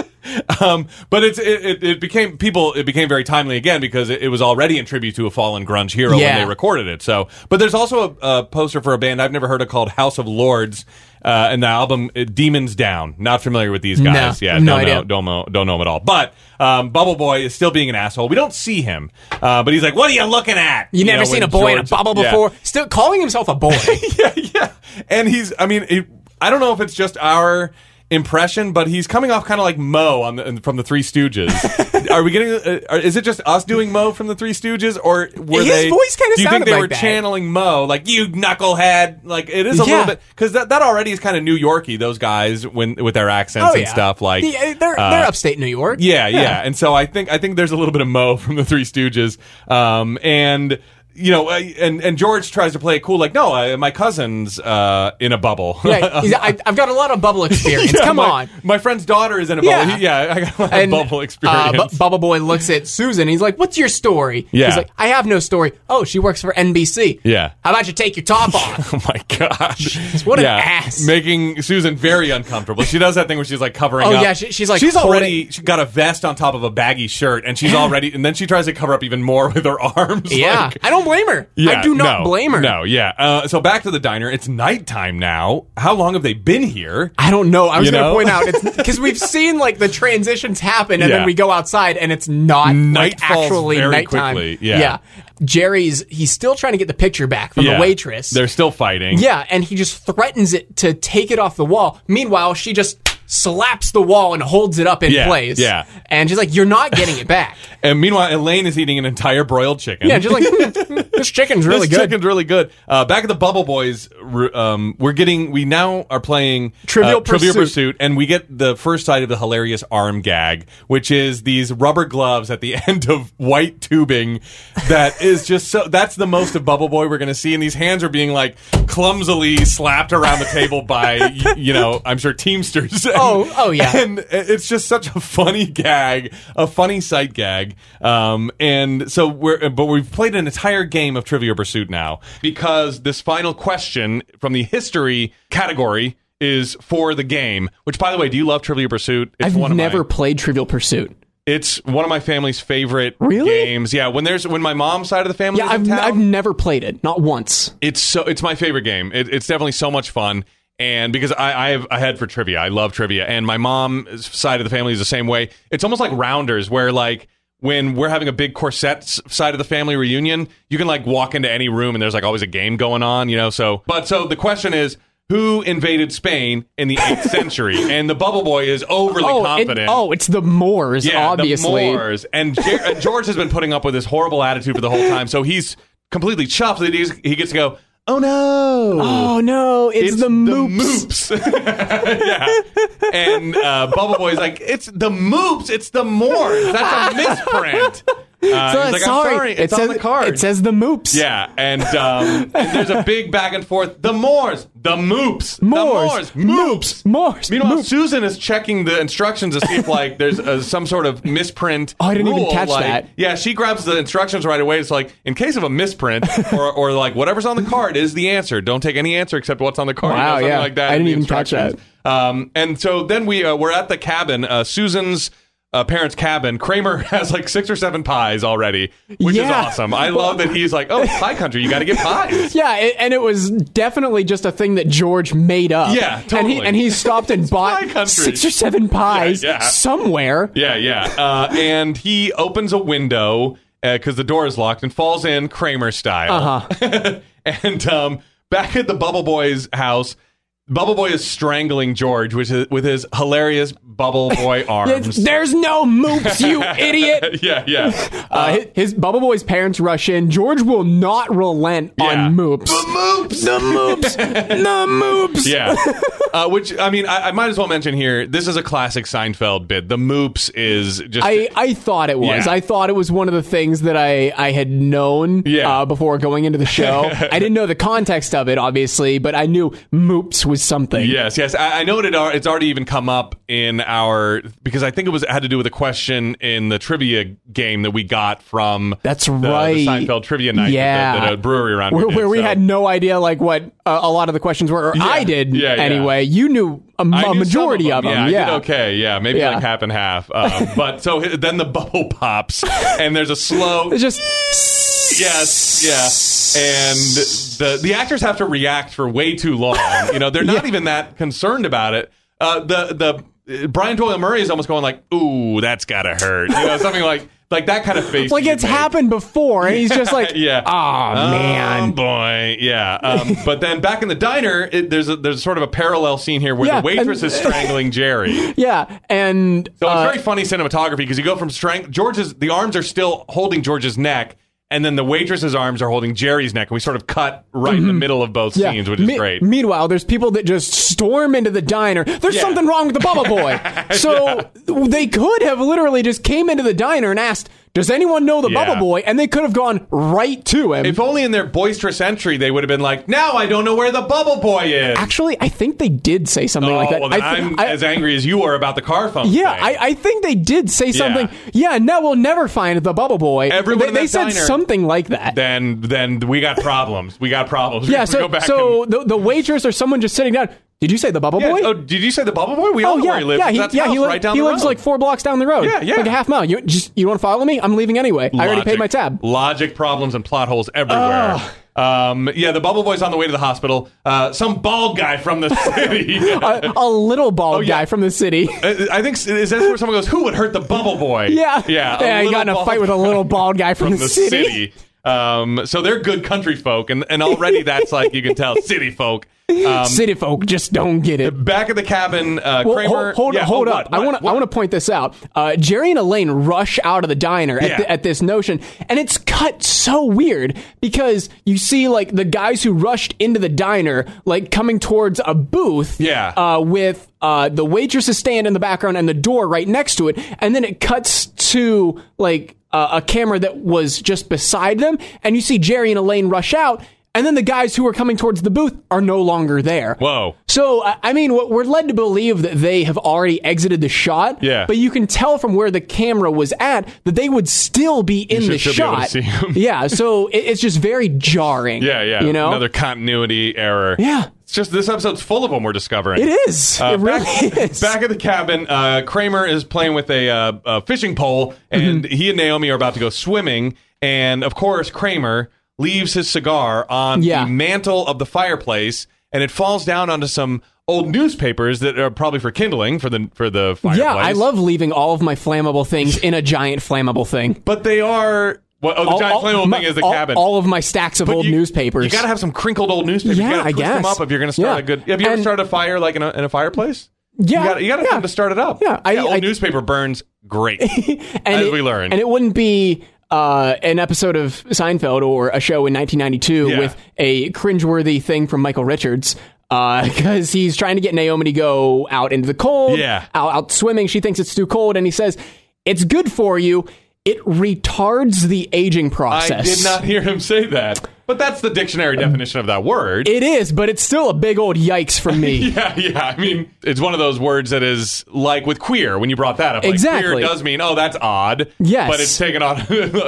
Speaker 1: Um, but it's, it, it, it became people. It became very timely again because it, it was already in tribute to a fallen grunge hero
Speaker 2: Yeah.
Speaker 1: when they recorded it. So, but there's also a, a poster for a band I've never heard of called House of Lords, uh, and the album uh, Demons Down. Not familiar with these guys.
Speaker 2: No,
Speaker 1: yeah,
Speaker 2: no
Speaker 1: don't know,
Speaker 2: idea.
Speaker 1: don't know, don't know them at all. But um, Bubble Boy is still being an asshole. We don't see him, uh, but he's like, "What are you looking at?
Speaker 2: You never
Speaker 1: know,
Speaker 2: seen
Speaker 1: when
Speaker 2: a boy in a
Speaker 1: George-
Speaker 2: bubble
Speaker 1: Yeah
Speaker 2: before. Still calling himself a boy.
Speaker 1: yeah, yeah. And he's, I mean, it, I don't know if it's just our impression, but he's coming off kind of like Mo on the, from the Three Stooges. are we getting? Uh, are, is it just us doing Mo from the Three Stooges, or were
Speaker 2: His
Speaker 1: they?
Speaker 2: voice kinda
Speaker 1: do you think
Speaker 2: sounded
Speaker 1: they
Speaker 2: like
Speaker 1: were
Speaker 2: that.
Speaker 1: channeling Mo, like you knucklehead? Like it is a
Speaker 2: Yeah.
Speaker 1: little bit because that, that already is kind of New Yorky. Those guys when with their accents and stuff like
Speaker 2: Oh, Yeah, they're
Speaker 1: uh,
Speaker 2: they're upstate New York.
Speaker 1: yeah, yeah, And so I think I think there's a little bit of Mo from the Three Stooges, um, and you know, uh, and and George tries to play it cool, like, no, I, my cousin's uh, in a bubble.
Speaker 2: Yeah, he's- I, I've got a lot of bubble experience.
Speaker 1: Yeah,
Speaker 2: Come
Speaker 1: my,
Speaker 2: on.
Speaker 1: my friend's daughter is in a bubble.
Speaker 2: Yeah.
Speaker 1: He- Yeah, I got a lot of
Speaker 2: And,
Speaker 1: bubble
Speaker 2: uh,
Speaker 1: experience.
Speaker 2: Bu- Bubble Boy looks at Susan. He's like, "What's your story?"
Speaker 1: Yeah.
Speaker 2: He's like, "I have no story." Oh, she works for NBC.
Speaker 1: Yeah.
Speaker 2: How about you take your top off?
Speaker 1: Oh my god!
Speaker 2: what an ass.
Speaker 1: Making Susan very uncomfortable. She does that thing where she's like covering
Speaker 2: Oh,
Speaker 1: up.
Speaker 2: yeah, she- she's, like,
Speaker 1: she's
Speaker 2: holding-
Speaker 1: already she got a vest on top of a baggy shirt, and she's already, and then she tries to cover up even more with her arms.
Speaker 2: yeah.
Speaker 1: like-
Speaker 2: I don't blame her.
Speaker 1: Yeah,
Speaker 2: I do not
Speaker 1: no,
Speaker 2: blame her.
Speaker 1: No, yeah. Uh, so back to the diner. It's nighttime now. How long have they been here?
Speaker 2: I don't know. I was
Speaker 1: You
Speaker 2: going to
Speaker 1: know?
Speaker 2: point out because we've seen like the transitions happen, and
Speaker 1: Yeah.
Speaker 2: then we go outside, and it's not like,
Speaker 1: Night falls
Speaker 2: actually
Speaker 1: very
Speaker 2: nighttime.
Speaker 1: quickly, yeah.
Speaker 2: Jerry's he's still trying to get the picture back from
Speaker 1: Yeah.
Speaker 2: the waitress.
Speaker 1: They're still fighting.
Speaker 2: yeah, and he just threatens it to take it off the wall. Meanwhile, she just slaps the wall and holds it up in
Speaker 1: Yeah,
Speaker 2: place.
Speaker 1: yeah.
Speaker 2: and she's like, "You're not getting it back."
Speaker 1: And meanwhile, Elaine is eating an entire broiled chicken.
Speaker 2: yeah, just like "Hmm, this chicken's really
Speaker 1: this
Speaker 2: good.
Speaker 1: chicken's really good. Uh, back at the Bubble Boys, r- um, we're getting we now are playing
Speaker 2: Trivial
Speaker 1: uh, Trivial
Speaker 2: Pursuit.
Speaker 1: Pursuit, and we get the first sight of the hilarious arm gag, which is these rubber gloves at the end of white tubing. That is just so. That's the most of Bubble Boy we're going to see, and these hands are being like clumsily slapped around the table by y- you know I'm sure Teamsters. And-
Speaker 2: Oh, oh, yeah.
Speaker 1: and it's just such a funny gag, a funny sight gag. Um, and so we're, but we've played an entire game of Trivia Pursuit now because this final question from the history category is for the game. Which, by the way, do you love Trivia Pursuit? It's
Speaker 3: I've
Speaker 1: one of my-
Speaker 3: never played Trivial Pursuit.
Speaker 1: it's one of my family's favorite
Speaker 3: Really?
Speaker 1: games. Yeah, when there's when my mom's side of the family
Speaker 3: Yeah,
Speaker 1: is in
Speaker 3: I've,
Speaker 1: town,
Speaker 3: I've never played it, not once.
Speaker 1: it's so it's my favorite game. It, it's definitely so much fun. And because I, I have a head for trivia, I love trivia. And my mom's side of the family is the same way. It's almost like rounders, where like when we're having a big corset s- side of the family reunion, you can like walk into any room and there's like always a game going on, you know. So, but so the question is, who invaded Spain in the eighth century? And the Bubble Boy is overly
Speaker 3: oh, it-
Speaker 1: confident.
Speaker 3: oh, it's the Moors, obviously.
Speaker 1: The Moors. And Jer- uh, George has been putting up with this horrible attitude for the whole time, so he's completely chuffed that he's, he gets to go, oh no.
Speaker 3: Oh no, it's, the Moops.
Speaker 1: moops. yeah. And uh, Bubble Boy's like, it's the moops, it's the Moors. That's a misprint. Uh, he's like, I'm sorry, it's
Speaker 3: it
Speaker 1: on
Speaker 3: says
Speaker 1: the card.
Speaker 3: it says the Moops.
Speaker 1: yeah, and, um, and there's a big back and forth. The Moors, the
Speaker 3: Moors,
Speaker 1: Moops, the Moors, Moops,
Speaker 3: Moors,
Speaker 1: Meanwhile,
Speaker 3: Moops.
Speaker 1: Susan is checking the instructions to see if like there's uh, some sort of misprint.
Speaker 3: Oh, I didn't even
Speaker 1: rule,
Speaker 3: catch
Speaker 1: like-
Speaker 3: that.
Speaker 1: Yeah, she grabs the instructions right away. It's like in case of a misprint or, or like whatever's on the card is the answer. Don't take any answer except what's on the card.
Speaker 3: Wow,
Speaker 1: something
Speaker 3: yeah.
Speaker 1: like that.
Speaker 3: I didn't
Speaker 1: in the
Speaker 3: even catch that.
Speaker 1: instructions. Um, and so then we uh, we're at the cabin, uh, Susan's. Uh, parents' cabin. Kramer has like six or seven pies already, which
Speaker 3: Yeah.
Speaker 1: is awesome. I love that he's like, "Oh, it's pie country! You got to get pies."
Speaker 3: Yeah, it, and it was definitely just a thing that George made up.
Speaker 1: Yeah,
Speaker 3: And
Speaker 1: totally.
Speaker 3: he, and he stopped and
Speaker 1: pie
Speaker 3: bought
Speaker 1: country.
Speaker 3: six or seven pies
Speaker 1: Yeah, yeah.
Speaker 3: somewhere.
Speaker 1: Yeah, yeah. Uh, and he opens a window because the door is locked and falls in Kramer style. Uh-huh. and um, back at the Bubble Boy's house, Bubble Boy is strangling George with his, with his hilarious Bubble Boy
Speaker 3: It's-
Speaker 1: arms.
Speaker 3: There's no Moops, you idiot.
Speaker 1: yeah, yeah.
Speaker 3: Uh, his, his Bubble Boy's parents rush in. George will not relent
Speaker 1: Yeah.
Speaker 3: on Moops.
Speaker 1: Moops.
Speaker 3: The Moops. the Moops.
Speaker 1: Yeah. Uh, which I mean, I, I might as well mention here. This is a classic Seinfeld bit. The moops is just
Speaker 3: I, I thought it was.
Speaker 1: Yeah.
Speaker 3: I thought it was one of the things that I, I had known
Speaker 1: Yeah.
Speaker 3: uh, before going into the show. I didn't know the context of it, obviously, but I knew moops was something.
Speaker 1: Yes, yes. I, I know it had, al- it's already even come up in our because I think it was it had to do with a question in the trivia game that we got from
Speaker 3: That's
Speaker 1: the,
Speaker 3: right.
Speaker 1: the Seinfeld trivia night
Speaker 3: Yeah.
Speaker 1: that, the- that a brewery around
Speaker 3: Where,
Speaker 1: did,
Speaker 3: where we
Speaker 1: so.
Speaker 3: had no idea like what uh, a lot of the questions were, or I did
Speaker 1: uh, Yeah, yeah.
Speaker 3: anyway. You knew a, m-
Speaker 1: I
Speaker 3: a
Speaker 1: knew some
Speaker 3: majority of them.
Speaker 1: Yeah,
Speaker 3: Yeah,
Speaker 1: I did okay. Yeah, maybe
Speaker 3: Yeah.
Speaker 1: like half and half. Um, but so h- then the bubble pops, and there's a slow.
Speaker 3: It's just
Speaker 1: Yes, yeah. And the the actors have to react for way too long. You know, they're not even that concerned about it. Uh, the the uh, Brian Doyle Murray is almost going like, "Ooh, that's gotta hurt," you know, something like like that kind of face.
Speaker 2: Like
Speaker 1: you
Speaker 2: it's
Speaker 1: make.
Speaker 2: happened before, and he's just like,
Speaker 1: Yeah.
Speaker 2: oh man,
Speaker 1: Oh, boy, yeah. Um, but then back in the diner, it, there's a, there's sort of a parallel scene here where
Speaker 2: Yeah,
Speaker 1: the waitress
Speaker 2: and-
Speaker 1: is strangling Jerry.
Speaker 2: yeah, and
Speaker 1: So it's
Speaker 2: uh,
Speaker 1: very funny cinematography because you go from strength. George's the arms are still holding George's neck, and then the waitress's arms are holding Jerry's neck, and we sort of cut right in the middle of both
Speaker 2: Mm-hmm. yeah.
Speaker 1: scenes, which is
Speaker 2: Me-
Speaker 1: great.
Speaker 2: Meanwhile, there's people that just storm into the diner. There's
Speaker 1: Yeah.
Speaker 2: something wrong with the Bubba Boy. So they could have literally just came into the diner and asked, "Does anyone know the
Speaker 1: Yeah.
Speaker 2: Bubba Boy?" And they could have gone right to him.
Speaker 1: if only in their boisterous entry they would have been like, "Now I don't know where the bubble boy is."
Speaker 2: Actually, I think they did say something
Speaker 1: oh,
Speaker 2: like that.
Speaker 1: well,
Speaker 2: I
Speaker 1: then
Speaker 2: thi-
Speaker 1: I'm
Speaker 2: I-
Speaker 1: as angry as you are about the car phone.
Speaker 2: Yeah,
Speaker 1: thing.
Speaker 2: I, I think they did say something. Yeah, no, we'll never find the Bubble Boy.
Speaker 1: Everyone
Speaker 2: they,
Speaker 1: in
Speaker 2: they
Speaker 1: that
Speaker 2: said
Speaker 1: diner-
Speaker 2: something like that.
Speaker 1: then then we got problems. We got problems.
Speaker 2: yeah,
Speaker 1: We
Speaker 2: so
Speaker 1: go back
Speaker 2: so
Speaker 1: and-
Speaker 2: the, the waitress or someone just sitting down. Did you say the Bubble
Speaker 1: Yeah,
Speaker 2: Boy?
Speaker 1: oh, did you say the bubble boy? We all
Speaker 2: Oh,
Speaker 1: know
Speaker 2: yeah,
Speaker 1: where he lives.
Speaker 2: yeah,
Speaker 1: It's
Speaker 2: he,
Speaker 1: that
Speaker 2: yeah,
Speaker 1: house
Speaker 2: he, li-
Speaker 1: right down
Speaker 2: he
Speaker 1: the
Speaker 2: lives
Speaker 1: road.
Speaker 2: like four blocks down the road.
Speaker 1: Yeah, yeah.
Speaker 2: like a half mile. You just you want to follow me? I'm leaving anyway. I already paid my tab. Oh.
Speaker 1: Logic problems and plot holes everywhere. Um, yeah, the bubble boy's on the way to the hospital. Uh, some bald guy from the city.
Speaker 2: A, a little bald
Speaker 1: Oh, yeah.
Speaker 2: guy from the city.
Speaker 1: I I think s- is that where someone goes, "Who would hurt the bubble boy?"
Speaker 2: yeah,
Speaker 1: yeah.
Speaker 2: yeah. He got in a
Speaker 1: little
Speaker 2: fight with a little bald guy from,
Speaker 1: bald from the city. Um, so they're good country folk, and, and already that's like you can tell city folk. Um,
Speaker 2: City folk just don't get it.
Speaker 1: back at the cabin, uh,
Speaker 2: Well,
Speaker 1: Kramer.
Speaker 2: hold hold,
Speaker 1: yeah,
Speaker 2: hold
Speaker 1: oh,
Speaker 2: up.
Speaker 1: what,
Speaker 2: I want
Speaker 1: what,
Speaker 2: to I want to point this out. Uh, Jerry and Elaine rush out of the diner at,
Speaker 1: Yeah.
Speaker 2: the, at this notion, and it's cut so weird because you see like the guys who rushed into the diner like coming towards a booth,
Speaker 1: Yeah.
Speaker 2: uh, with uh, the waitress's stand in the background and the door right next to it, and then it cuts to like uh, a camera that was just beside them, and you see Jerry and Elaine rush out. And then the guys who were coming towards the booth are no longer there.
Speaker 1: Whoa.
Speaker 2: So, I I mean, what- we're led to believe that they have already exited the shot.
Speaker 1: Yeah.
Speaker 2: But you can tell from where the camera was at that they would still be in
Speaker 1: should
Speaker 2: the
Speaker 1: still be able to
Speaker 2: shot.
Speaker 1: see 'em.
Speaker 2: yeah. So it, it's just very jarring.
Speaker 1: Yeah, yeah.
Speaker 2: You know,
Speaker 1: another continuity error.
Speaker 2: Yeah.
Speaker 1: it's just this episode's full of them. We're discovering
Speaker 2: it is.
Speaker 1: Uh,
Speaker 2: it really
Speaker 1: back,
Speaker 2: is.
Speaker 1: back at the cabin, uh, Kramer is playing with a, uh, a fishing pole, and
Speaker 2: Mm-hmm.
Speaker 1: he and Naomi are about to go swimming. And of course, Kramer leaves his cigar on
Speaker 2: Yeah.
Speaker 1: the mantle of the fireplace, and it falls down onto some old newspapers that are probably for kindling for the for the fireplace.
Speaker 2: yeah, I love leaving all of my flammable things in a giant flammable thing.
Speaker 1: But they are. Well, oh, the
Speaker 2: All-
Speaker 1: giant
Speaker 2: all-
Speaker 1: flammable
Speaker 2: my-
Speaker 1: thing is the
Speaker 2: all-
Speaker 1: cabin.
Speaker 2: All of my stacks of
Speaker 1: But
Speaker 2: old
Speaker 1: you-
Speaker 2: newspapers.
Speaker 1: You gotta have some crinkled old newspapers.
Speaker 2: Yeah,
Speaker 1: you gotta
Speaker 2: I
Speaker 1: twist them
Speaker 2: guess.
Speaker 1: up if you're gonna start
Speaker 2: Yeah.
Speaker 1: a good. Have you ever
Speaker 2: And-
Speaker 1: started a fire like in a, in a fireplace?
Speaker 2: Yeah,
Speaker 1: you gotta, you gotta have
Speaker 2: yeah.
Speaker 1: them to start it up.
Speaker 2: Yeah, I-
Speaker 1: old
Speaker 2: I-
Speaker 1: newspaper burns great.
Speaker 2: and
Speaker 1: as
Speaker 2: it,
Speaker 1: we learned.
Speaker 2: And it wouldn't be uh, an episode of Seinfeld or a show in 1992
Speaker 1: Yeah.
Speaker 2: with a cringeworthy thing from Michael Richards. Because he's trying to get Naomi to go out into the cold,
Speaker 1: Yeah.
Speaker 2: out, out swimming. She thinks it's too cold, and he says, "It's good for you. It retards the aging process."
Speaker 1: I did not hear him say that, but that's the dictionary definition of that word.
Speaker 2: Um, It is, but it's still a big old yikes from me.
Speaker 1: yeah, yeah. I mean, it's one of those words that is like with queer when you brought that up. Like,
Speaker 2: Exactly.
Speaker 1: Queer does mean, oh, that's odd.
Speaker 2: Yes.
Speaker 1: But it's taken on.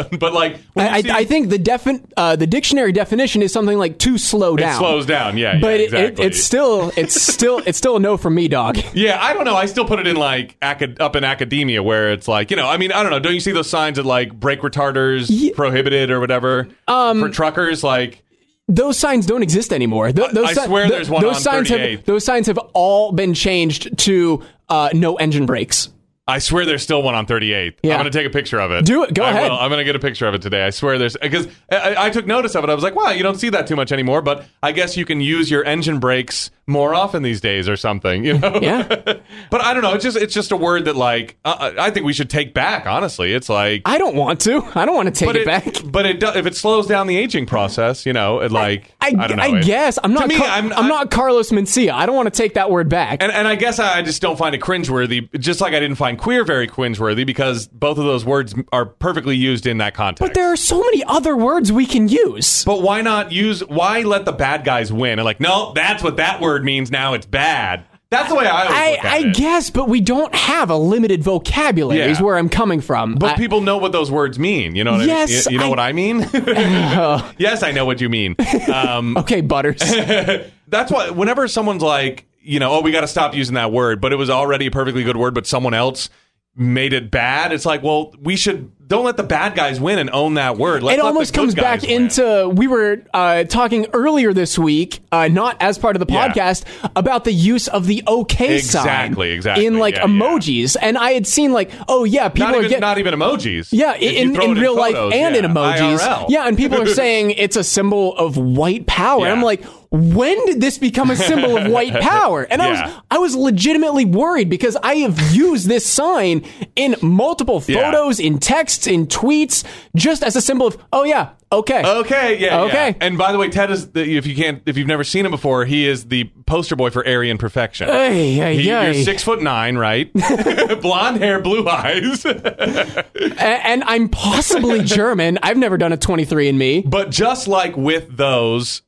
Speaker 1: but like, when
Speaker 2: I, I,
Speaker 1: you see-
Speaker 2: I think the defi- uh, the dictionary definition is something like too slow
Speaker 1: it
Speaker 2: down.
Speaker 1: slows down. Yeah,
Speaker 2: but
Speaker 1: yeah,
Speaker 2: it, it,
Speaker 1: exactly.
Speaker 2: it's still it's still it's still a no from me, dog.
Speaker 1: Yeah, I don't know. I still put it in like acad- up in academia where it's like, you know, I mean, I don't know. Don't you see those signs that like brake retarders prohibited or whatever um, for truckers? Like,
Speaker 2: those signs don't exist anymore. Th- those
Speaker 1: I
Speaker 2: si-
Speaker 1: swear
Speaker 2: th-
Speaker 1: there's one
Speaker 2: those
Speaker 1: on
Speaker 2: signs
Speaker 1: 38th.
Speaker 2: have those signs have all been changed to uh, no engine brakes.
Speaker 1: I swear there's still one on 38th.
Speaker 2: Yeah.
Speaker 1: I'm going to take a picture of it.
Speaker 2: Do it. Go
Speaker 1: I
Speaker 2: ahead.
Speaker 1: Will. I'm going to get a picture of it today. I swear there's because I, I- I took notice of it. I was like, wow, you don't see that too much anymore. But I guess you can use your engine brakes more often these days or something. You know?
Speaker 2: Yeah.
Speaker 1: but I don't know. It's just it's just a word that like uh, I think we should take back. Honestly, it's like.
Speaker 2: I don't want to. I don't want to take
Speaker 1: but
Speaker 2: it,
Speaker 1: it,
Speaker 2: back.
Speaker 1: but it do, if it slows down the aging process, you know, it like I, don't know. It-
Speaker 2: guess I'm
Speaker 1: to
Speaker 2: not.
Speaker 1: me,
Speaker 2: Car-
Speaker 1: I'm,
Speaker 2: I'm, not Carlos Mencia. I don't want to take that word back.
Speaker 1: And, and I guess I just don't find it cringeworthy, just like I didn't find queer very cringeworthy, because both of those words are perfectly used in that context.
Speaker 2: there are so many other words we can use.
Speaker 1: But why not use? Why let the bad guys win? And like, no, that's what that word means. Now it's bad. That's the way I always
Speaker 2: I,
Speaker 1: look at
Speaker 2: I
Speaker 1: it.
Speaker 2: guess, but we don't have a limited vocabulary.
Speaker 1: Yeah.
Speaker 2: Is where I'm coming from.
Speaker 1: But
Speaker 2: I-
Speaker 1: people know what those words mean. You know. What
Speaker 2: Yes,
Speaker 1: I mean? You, you know
Speaker 2: I-
Speaker 1: what I mean? yes, I know what you mean.
Speaker 2: okay, butters.
Speaker 1: That's why whenever someone's like, you know, oh, we got to stop using that word, but it was already a perfectly good word, but someone else made it bad. It's like, well, we should don't let the bad guys win and own that word. Let's
Speaker 2: it
Speaker 1: let
Speaker 2: almost
Speaker 1: the good
Speaker 2: comes
Speaker 1: guys
Speaker 2: back
Speaker 1: win.
Speaker 2: into we were uh, talking earlier this week, uh, not as part of the
Speaker 1: Yeah.
Speaker 2: podcast, about the use of the OK sign
Speaker 1: Exactly, exactly,
Speaker 2: in like
Speaker 1: yeah, yeah.
Speaker 2: emojis, and I had seen like, oh yeah, people
Speaker 1: not
Speaker 2: are
Speaker 1: even
Speaker 2: getting.
Speaker 1: not even emojis.
Speaker 2: yeah,
Speaker 1: If you
Speaker 2: in,
Speaker 1: throw
Speaker 2: in
Speaker 1: it
Speaker 2: real life
Speaker 1: photos,
Speaker 2: and in
Speaker 1: yeah,
Speaker 2: emojis.
Speaker 1: IRL.
Speaker 2: Yeah, and people are saying it's a symbol of white power.
Speaker 1: Yeah.
Speaker 2: I'm like, when did this become a symbol of white power? And I
Speaker 1: Yeah.
Speaker 2: was I was legitimately worried because I have used this sign in multiple
Speaker 1: Yeah.
Speaker 2: photos, in texts, in tweets, just as a symbol of, oh yeah, okay.
Speaker 1: Okay, yeah,
Speaker 2: Okay.
Speaker 1: yeah. And by the way, Ted is the, if you can't if you've never seen him before, he is the poster boy for Aryan perfection.
Speaker 2: Ay, ay,
Speaker 1: He-
Speaker 2: ay.
Speaker 1: You're six foot nine, right? Blonde hair, blue eyes.
Speaker 2: A- and I'm possibly German. I've never done a 23andMe.
Speaker 1: But just like with those,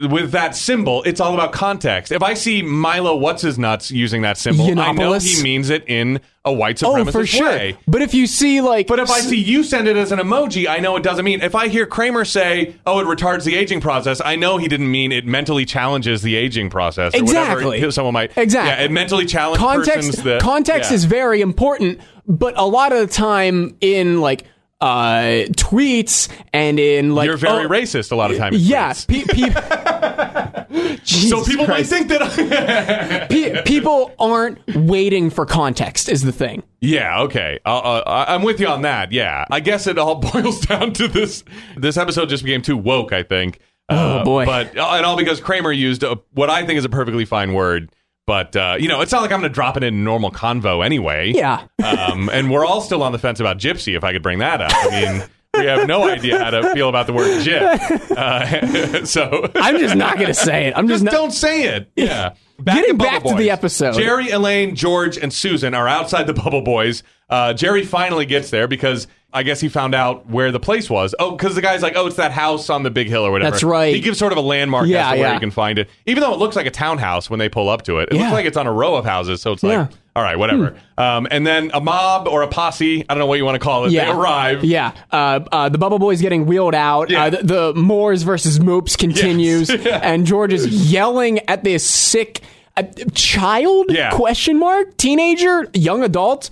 Speaker 1: with that symbol, it's all about context. If I see Milo What's His Nuts using that symbol, I know
Speaker 2: Yiannopoulos.
Speaker 1: he means it in a white
Speaker 2: Oh,
Speaker 1: supremacist
Speaker 2: for sure.
Speaker 1: way.
Speaker 2: But if you see like,
Speaker 1: But if I see you send it as an emoji, I know it doesn't mean. If I hear Kramer say, "Oh, it retards the aging process," I know he didn't mean it mentally challenges the aging process. Or
Speaker 2: Exactly.
Speaker 1: Whatever someone might
Speaker 2: Exactly.
Speaker 1: Yeah, it mentally challenges
Speaker 2: context
Speaker 1: That,
Speaker 2: context
Speaker 1: yeah.
Speaker 2: is very important but a lot of the time in like uh tweets and in like
Speaker 1: You're very
Speaker 2: oh,
Speaker 1: racist a lot of times.
Speaker 2: yeah
Speaker 1: tweets.
Speaker 2: pe- pe-
Speaker 1: So
Speaker 2: Jesus
Speaker 1: people
Speaker 2: Christ.
Speaker 1: might think that.
Speaker 2: Pe- people aren't waiting for context is the thing
Speaker 1: yeah. Okay. Uh, uh, I- I'm with you on that. Yeah. I guess it all boils down to this. This episode just became too woke. I think.
Speaker 2: Oh, boy.
Speaker 1: But uh, and all because Kramer used a, what I think is a perfectly fine word. But uh, you know, it's not like I'm going to drop it in normal convo anyway.
Speaker 2: yeah
Speaker 1: um, and we're all still on the fence about gypsy. If I could bring that up, I mean, we have no idea how to feel about the word gyp. Uh, so
Speaker 2: i'm just not gonna say it i'm
Speaker 1: just
Speaker 2: just, not
Speaker 1: don't say it. Yeah. Back
Speaker 2: Getting
Speaker 1: to Bubble
Speaker 2: back to the
Speaker 1: Boys.
Speaker 2: episode.
Speaker 1: Jerry, Elaine, George, and Susan are outside the Bubble Boys. Uh, Jerry finally gets there because I guess he found out where the place was. Oh, because the guy's like, oh, it's that house on the big hill or whatever.
Speaker 2: That's right.
Speaker 1: He gives sort of a landmark
Speaker 2: Yeah,
Speaker 1: as to where
Speaker 2: yeah.
Speaker 1: you can find it. Even though it looks like a townhouse when they pull up to it, it
Speaker 2: Yeah.
Speaker 1: looks like it's on a row of houses. So it's
Speaker 2: Yeah. Hmm.
Speaker 1: like, all right, whatever. Um, and then a mob or a posse, I don't know what you want to call it,
Speaker 2: yeah
Speaker 1: they arrive.
Speaker 2: yeah uh, uh the bubble boy's getting wheeled out
Speaker 1: Yeah.
Speaker 2: uh, the, the moors versus moops continues
Speaker 1: Yeah.
Speaker 2: and george is yelling at this sick uh, child
Speaker 1: Yeah.
Speaker 2: question mark teenager young adult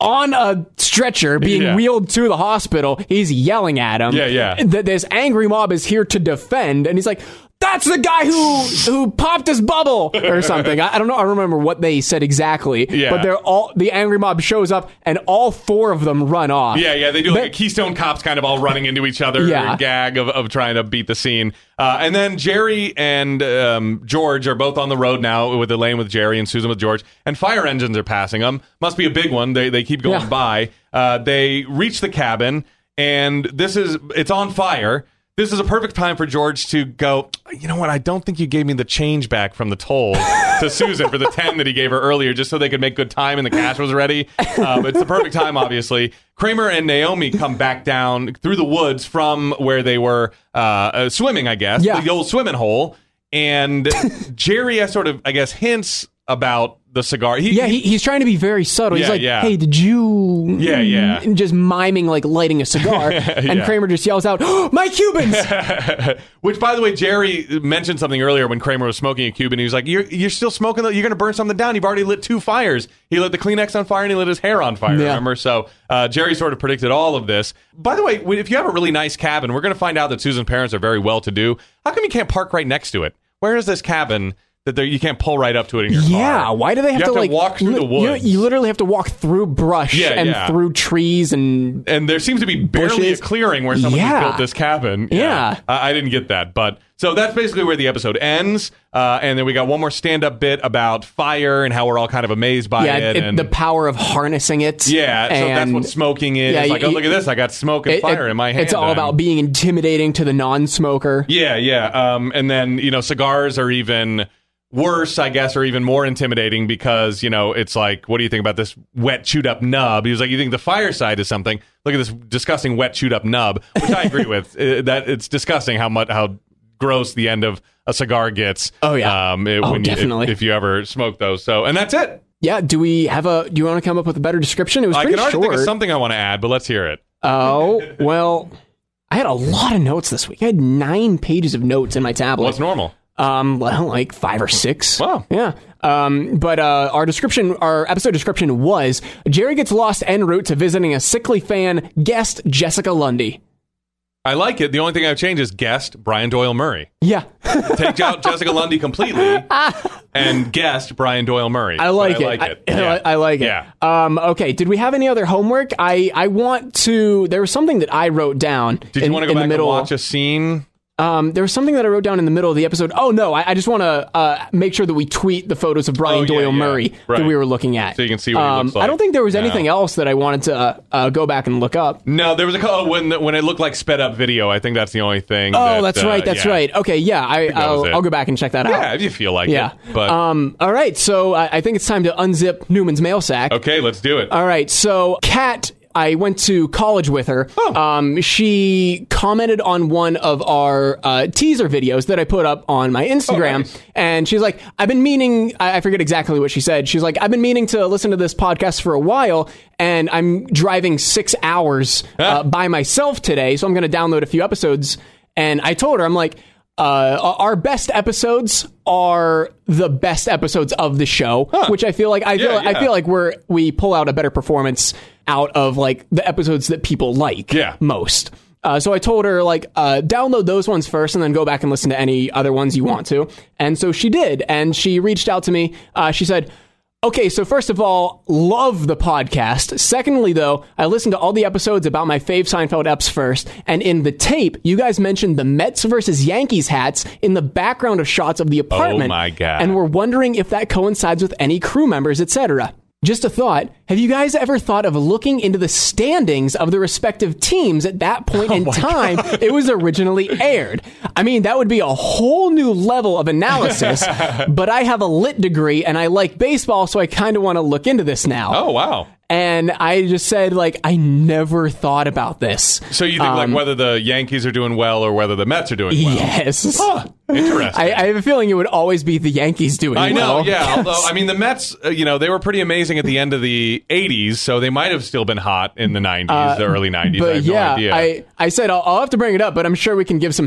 Speaker 2: on a stretcher being
Speaker 1: Yeah.
Speaker 2: wheeled to the hospital he's yelling at him
Speaker 1: Yeah, yeah.
Speaker 2: that this angry mob is here to defend and he's like that's the guy who who popped his bubble or something. I, I don't know. I don't remember what they said exactly.
Speaker 1: Yeah.
Speaker 2: But they're all the angry mob shows up and all four of them run off.
Speaker 1: Yeah, yeah, they do like
Speaker 2: They-
Speaker 1: a Keystone Cops kind of all running into each other,
Speaker 2: Yeah.
Speaker 1: gag of, of trying to beat the scene. Uh, and then Jerry and um, George are both on the road now with Elaine with Jerry and Susan with George, and fire engines are passing them. Must be a big one. They they keep going
Speaker 2: Yeah.
Speaker 1: by. Uh, they reach the cabin, and this is it's on fire. This is a perfect time for George to go. You know what? I don't think you gave me the change back from the toll to Susan for the ten that he gave her earlier, just so they could make good time and the cash was ready. Um, it's the perfect time, obviously. Kramer and Naomi come back down through the woods from where they were uh, uh, swimming, I guess,
Speaker 2: Yeah.
Speaker 1: the old swimming hole. And Jerry, I sort of, I guess, hints about the cigar. He,
Speaker 2: Yeah, he, he's trying to be very subtle. he's
Speaker 1: Yeah,
Speaker 2: like,
Speaker 1: yeah.
Speaker 2: "Hey, did you?"
Speaker 1: Yeah, yeah.
Speaker 2: and Just miming like lighting a cigar, and
Speaker 1: Yeah.
Speaker 2: Kramer just yells out, oh, "My Cubans!"
Speaker 1: Which, by the way, Jerry mentioned something earlier when Kramer was smoking a Cuban. He was like, "You're you're still smoking. The, you're going to burn something down. You've already lit two fires. He lit the Kleenex on fire and he lit his hair on fire.
Speaker 2: Yeah.
Speaker 1: Remember? So uh, Jerry sort of predicted all of this. By the way, w- if you have a really nice cabin, we're going to find out that Susan's parents are very well to do. How come you can't park right next to it? Where is this cabin that there- you can't pull right up to it in your car?
Speaker 2: yeah, why do they have,
Speaker 1: You have to
Speaker 2: like
Speaker 1: walk through
Speaker 2: li-
Speaker 1: the
Speaker 2: you-
Speaker 1: woods.
Speaker 2: You, literally have to walk through brush
Speaker 1: Yeah,
Speaker 2: and
Speaker 1: yeah.
Speaker 2: through trees and
Speaker 1: and there seems to be barely
Speaker 2: Bushes.
Speaker 1: a clearing where someone has
Speaker 2: Yeah.
Speaker 1: built this cabin.
Speaker 2: Yeah.
Speaker 1: I, I didn't get that, but so that's basically where the episode ends. Uh, and then we got one more stand-up bit about fire and how we're all kind of amazed by
Speaker 2: yeah,
Speaker 1: it,
Speaker 2: it-
Speaker 1: and
Speaker 2: the power of harnessing it.
Speaker 1: yeah, so that's
Speaker 2: and
Speaker 1: what smoking is.
Speaker 2: Yeah,
Speaker 1: like,
Speaker 2: you-
Speaker 1: oh, look at this! I got smoke and
Speaker 2: it-
Speaker 1: fire
Speaker 2: it-
Speaker 1: in my hand.
Speaker 2: It's all
Speaker 1: I'm-
Speaker 2: about being intimidating to the non-smoker.
Speaker 1: yeah, yeah. Um, and then you know, cigars are even worse, I guess, or even more intimidating because you know it's like, what do you think about this wet, chewed up nub? He was like, you think the fireside is something? Look at this disgusting wet, chewed up nub, which I agree with. Uh, That it's disgusting how much how gross the end of a cigar gets.
Speaker 2: Oh, yeah.
Speaker 1: um, it-
Speaker 2: Oh,
Speaker 1: when you- if-
Speaker 2: definitely.
Speaker 1: if, you ever smoke those. So, and that's it.
Speaker 2: Yeah, do we have a? Do you want to come up with a better description? It was
Speaker 1: I
Speaker 2: pretty
Speaker 1: can already
Speaker 2: short.
Speaker 1: think of something I want to add, but let's hear it.
Speaker 2: Oh, well, I had a lot of notes this week. I had nine pages of notes in my tablet.
Speaker 1: What's normal?
Speaker 2: Um, well, like five or six.
Speaker 1: Wow.
Speaker 2: Yeah. Um, but uh, our description, our episode description was Jerry gets lost en route to visiting a sickly fan guest, Jessica Lundy.
Speaker 1: I like it. The only thing I've changed is guest Brian Doyle Murray.
Speaker 2: Yeah,
Speaker 1: Take out Jessica Lundy completely and guest Brian Doyle Murray.
Speaker 2: I like
Speaker 1: But
Speaker 2: it.
Speaker 1: I like it.
Speaker 2: I,
Speaker 1: Yeah.
Speaker 2: I like it.
Speaker 1: Yeah.
Speaker 2: Um, okay. Did we have any other homework? I, I want to. There was something that I wrote down.
Speaker 1: Did you
Speaker 2: in,
Speaker 1: want to go
Speaker 2: in
Speaker 1: back
Speaker 2: the middle.
Speaker 1: and watch a scene?
Speaker 2: Um, there was something that I wrote down in the middle of the episode. Oh no, I, I just want to uh, make sure that we tweet the photos of Brian
Speaker 1: Oh, yeah,
Speaker 2: Doyle
Speaker 1: yeah.
Speaker 2: Murray
Speaker 1: Right.
Speaker 2: that we were looking at,
Speaker 1: So you can see what he
Speaker 2: um,
Speaker 1: looks like.
Speaker 2: I don't think there was
Speaker 1: Yeah.
Speaker 2: anything else that I wanted to uh, uh, go back and look up.
Speaker 1: No, there was a call when when it looked like sped up video. I think that's the only thing.
Speaker 2: Oh, that's right, that's right. Okay, yeah, I,
Speaker 1: that was
Speaker 2: I'll,
Speaker 1: it.
Speaker 2: I'll go back and check that
Speaker 1: Yeah,
Speaker 2: out.
Speaker 1: if you feel like
Speaker 2: Yeah.
Speaker 1: it. But
Speaker 2: um, all right, so I, I think it's time to unzip Newman's mail sack.
Speaker 1: okay, let's do it.
Speaker 2: All right, so Kat, I went to college with her.
Speaker 1: Oh.
Speaker 2: Um, she commented on one of our uh, teaser videos that I put up on my Instagram,
Speaker 1: Oh, nice.
Speaker 2: and she's like, "I've been meaning." I, I forget exactly what she said. She's like, "I've been meaning to listen to this podcast for a while, and I'm driving six hours
Speaker 1: Ah.
Speaker 2: uh, by myself today, so I'm going to download a few episodes." And I told her, I'm like. Uh, our best episodes are the best episodes of the show, which I feel like I feel
Speaker 1: Yeah,
Speaker 2: I
Speaker 1: yeah.
Speaker 2: feel like we're we pull out a better performance out of like the episodes that people like
Speaker 1: Yeah.
Speaker 2: most. Uh, so I told her like uh, download those ones first, and then go back and listen to any other ones you want to. And so she did, and she reached out to me. Uh, she said. Okay, so first of all, love the podcast. Secondly, though, I listened to all the episodes about my fave Seinfeld eps first, and in the tape, you guys mentioned the Mets versus Yankees hats in the background of shots of the apartment.
Speaker 1: Oh my God.
Speaker 2: And we're wondering if that coincides with any crew members, etc. Just a thought. Have you guys ever thought of looking into the standings of the respective teams at that
Speaker 1: Oh
Speaker 2: point in time it was originally aired? I mean, that would be a whole new level of analysis, but I have a lit degree and I like baseball, so I kind of want to look into this now.
Speaker 1: Oh wow.
Speaker 2: And I just said, like, I never thought about this.
Speaker 1: So you think
Speaker 2: Um,
Speaker 1: like whether the Yankees are doing well or whether the Mets are doing well?
Speaker 2: Yes.
Speaker 1: Interesting.
Speaker 2: I, I have a feeling it would always be the Yankees doing
Speaker 1: I know,
Speaker 2: well.
Speaker 1: yeah. Although, I mean, the Mets, uh, you know, they were pretty amazing at the end of the 80s, so they might have still been hot in the 90s, the early 90s. I
Speaker 2: Uh, But
Speaker 1: have
Speaker 2: yeah,
Speaker 1: no idea.
Speaker 2: I, I said I'll, I'll have to bring it up, but I'm sure we can give some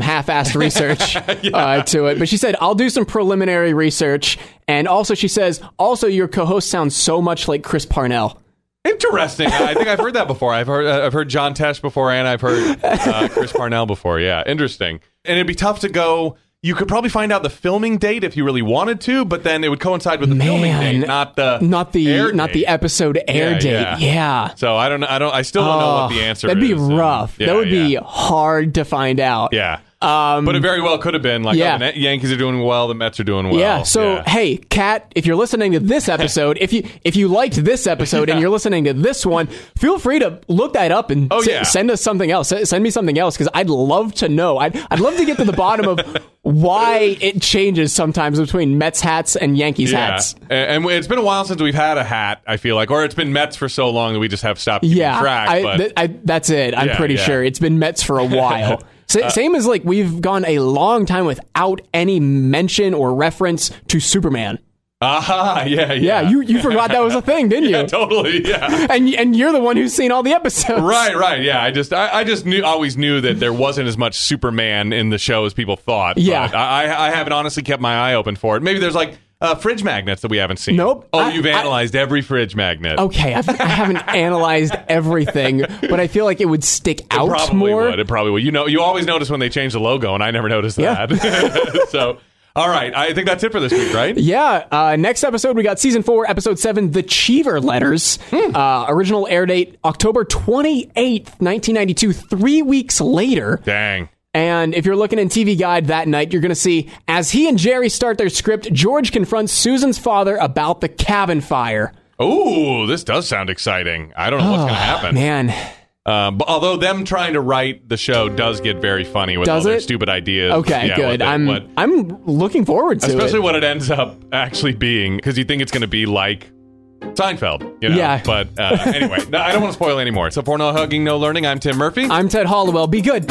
Speaker 2: half-assed research uh, to it. But she said I'll do some preliminary research, and also she says also your co-host sounds so much like Chris Parnell.
Speaker 1: Interesting. I think I've heard that before. I've heard uh, I've heard John Tesh before, and I've heard uh, Chris Parnell before. Yeah, interesting. And it'd be tough to go. You could probably find out the filming date if you really wanted to, but then it would coincide with the filming
Speaker 2: Man.
Speaker 1: date, not the
Speaker 2: Not the
Speaker 1: air
Speaker 2: not
Speaker 1: date.
Speaker 2: the episode air
Speaker 1: Yeah,
Speaker 2: date.
Speaker 1: yeah.
Speaker 2: Yeah.
Speaker 1: So I don't. know- I don't. I still don't know what the answer.
Speaker 2: That'd be
Speaker 1: is. And-
Speaker 2: rough.
Speaker 1: Yeah,
Speaker 2: that would
Speaker 1: yeah.
Speaker 2: be hard to find out.
Speaker 1: Yeah. but it very well could have been like,
Speaker 2: yeah.
Speaker 1: oh, the Net- Yankees are doing well, the Mets are doing well.
Speaker 2: Yeah. So hey, Kat, if you're listening to this episode, if you if you liked this episode and you're listening to this one, feel free to look that up and
Speaker 1: Oh,
Speaker 2: se-
Speaker 1: yeah.
Speaker 2: send us something else. S- Send me something else because I'd love to know. I'd I'd love to get to the bottom of why it changes sometimes between Mets hats and Yankees
Speaker 1: yeah.
Speaker 2: hats.
Speaker 1: A- And, it's been a while since we've had a hat, I feel like, or it's been Mets for so long that we just have stopped keeping
Speaker 2: Yeah,
Speaker 1: track.
Speaker 2: I,
Speaker 1: but
Speaker 2: th- I, that's it. I'm
Speaker 1: Yeah,
Speaker 2: pretty
Speaker 1: yeah. Uh,
Speaker 2: sure it's been Mets for a while. Sa- Same as like we've gone a long time without any mention or reference to Superman.
Speaker 1: aha, yeah,
Speaker 2: Yeah,
Speaker 1: yeah.
Speaker 2: you you forgot that was a thing, didn't you?
Speaker 1: Yeah, totally. Yeah.
Speaker 2: and and you're the one who's seen all the episodes.
Speaker 1: Right, right, yeah. I just, I, I just knew, always knew that there wasn't as much Superman in the show as people thought.
Speaker 2: Yeah.
Speaker 1: but I, I- I haven't honestly kept my eye open for it. Maybe there's like uh, fridge magnets that we haven't seen.
Speaker 2: Nope.
Speaker 1: Oh,
Speaker 2: I-
Speaker 1: you've
Speaker 2: I- Oh,
Speaker 1: analyzed every fridge magnet.
Speaker 2: Okay, I've, I haven't analyzed everything, but I feel like it would stick out
Speaker 1: probably
Speaker 2: more.
Speaker 1: would. It probably would. You know, you always notice when they change the logo, and I never noticed
Speaker 2: Yeah.
Speaker 1: that. so, all right, I think that's it for this week, right?
Speaker 2: Yeah. Uh, next episode, we got season four, episode seven, The Cheever Letters.
Speaker 1: Hmm.
Speaker 2: Uh, original air date October 28th, 1992, three weeks later.
Speaker 1: Dang.
Speaker 2: And if you're looking in TV Guide that night, you're going to see as he and Jerry start their script, George confronts Susan's father about the cabin fire.
Speaker 1: Ooh, this does sound exciting. I don't know what's going
Speaker 2: Oh,
Speaker 1: to happen.
Speaker 2: Man.
Speaker 1: Uh, but although them trying to write the show does get very funny with
Speaker 2: Does
Speaker 1: all their
Speaker 2: it?
Speaker 1: stupid ideas.
Speaker 2: Okay,
Speaker 1: Yeah, what
Speaker 2: good.
Speaker 1: they-
Speaker 2: I'm
Speaker 1: what-
Speaker 2: I'm looking forward to
Speaker 1: especially
Speaker 2: it.
Speaker 1: what it ends up actually being, because you think it's going to be like Seinfeld. You know?
Speaker 2: Yeah.
Speaker 1: But uh, anyway, no, I don't want to spoil anymore. So for no hugging, no learning, I'm Tim Murphy.
Speaker 2: I'm Ted Hollowell. Be good.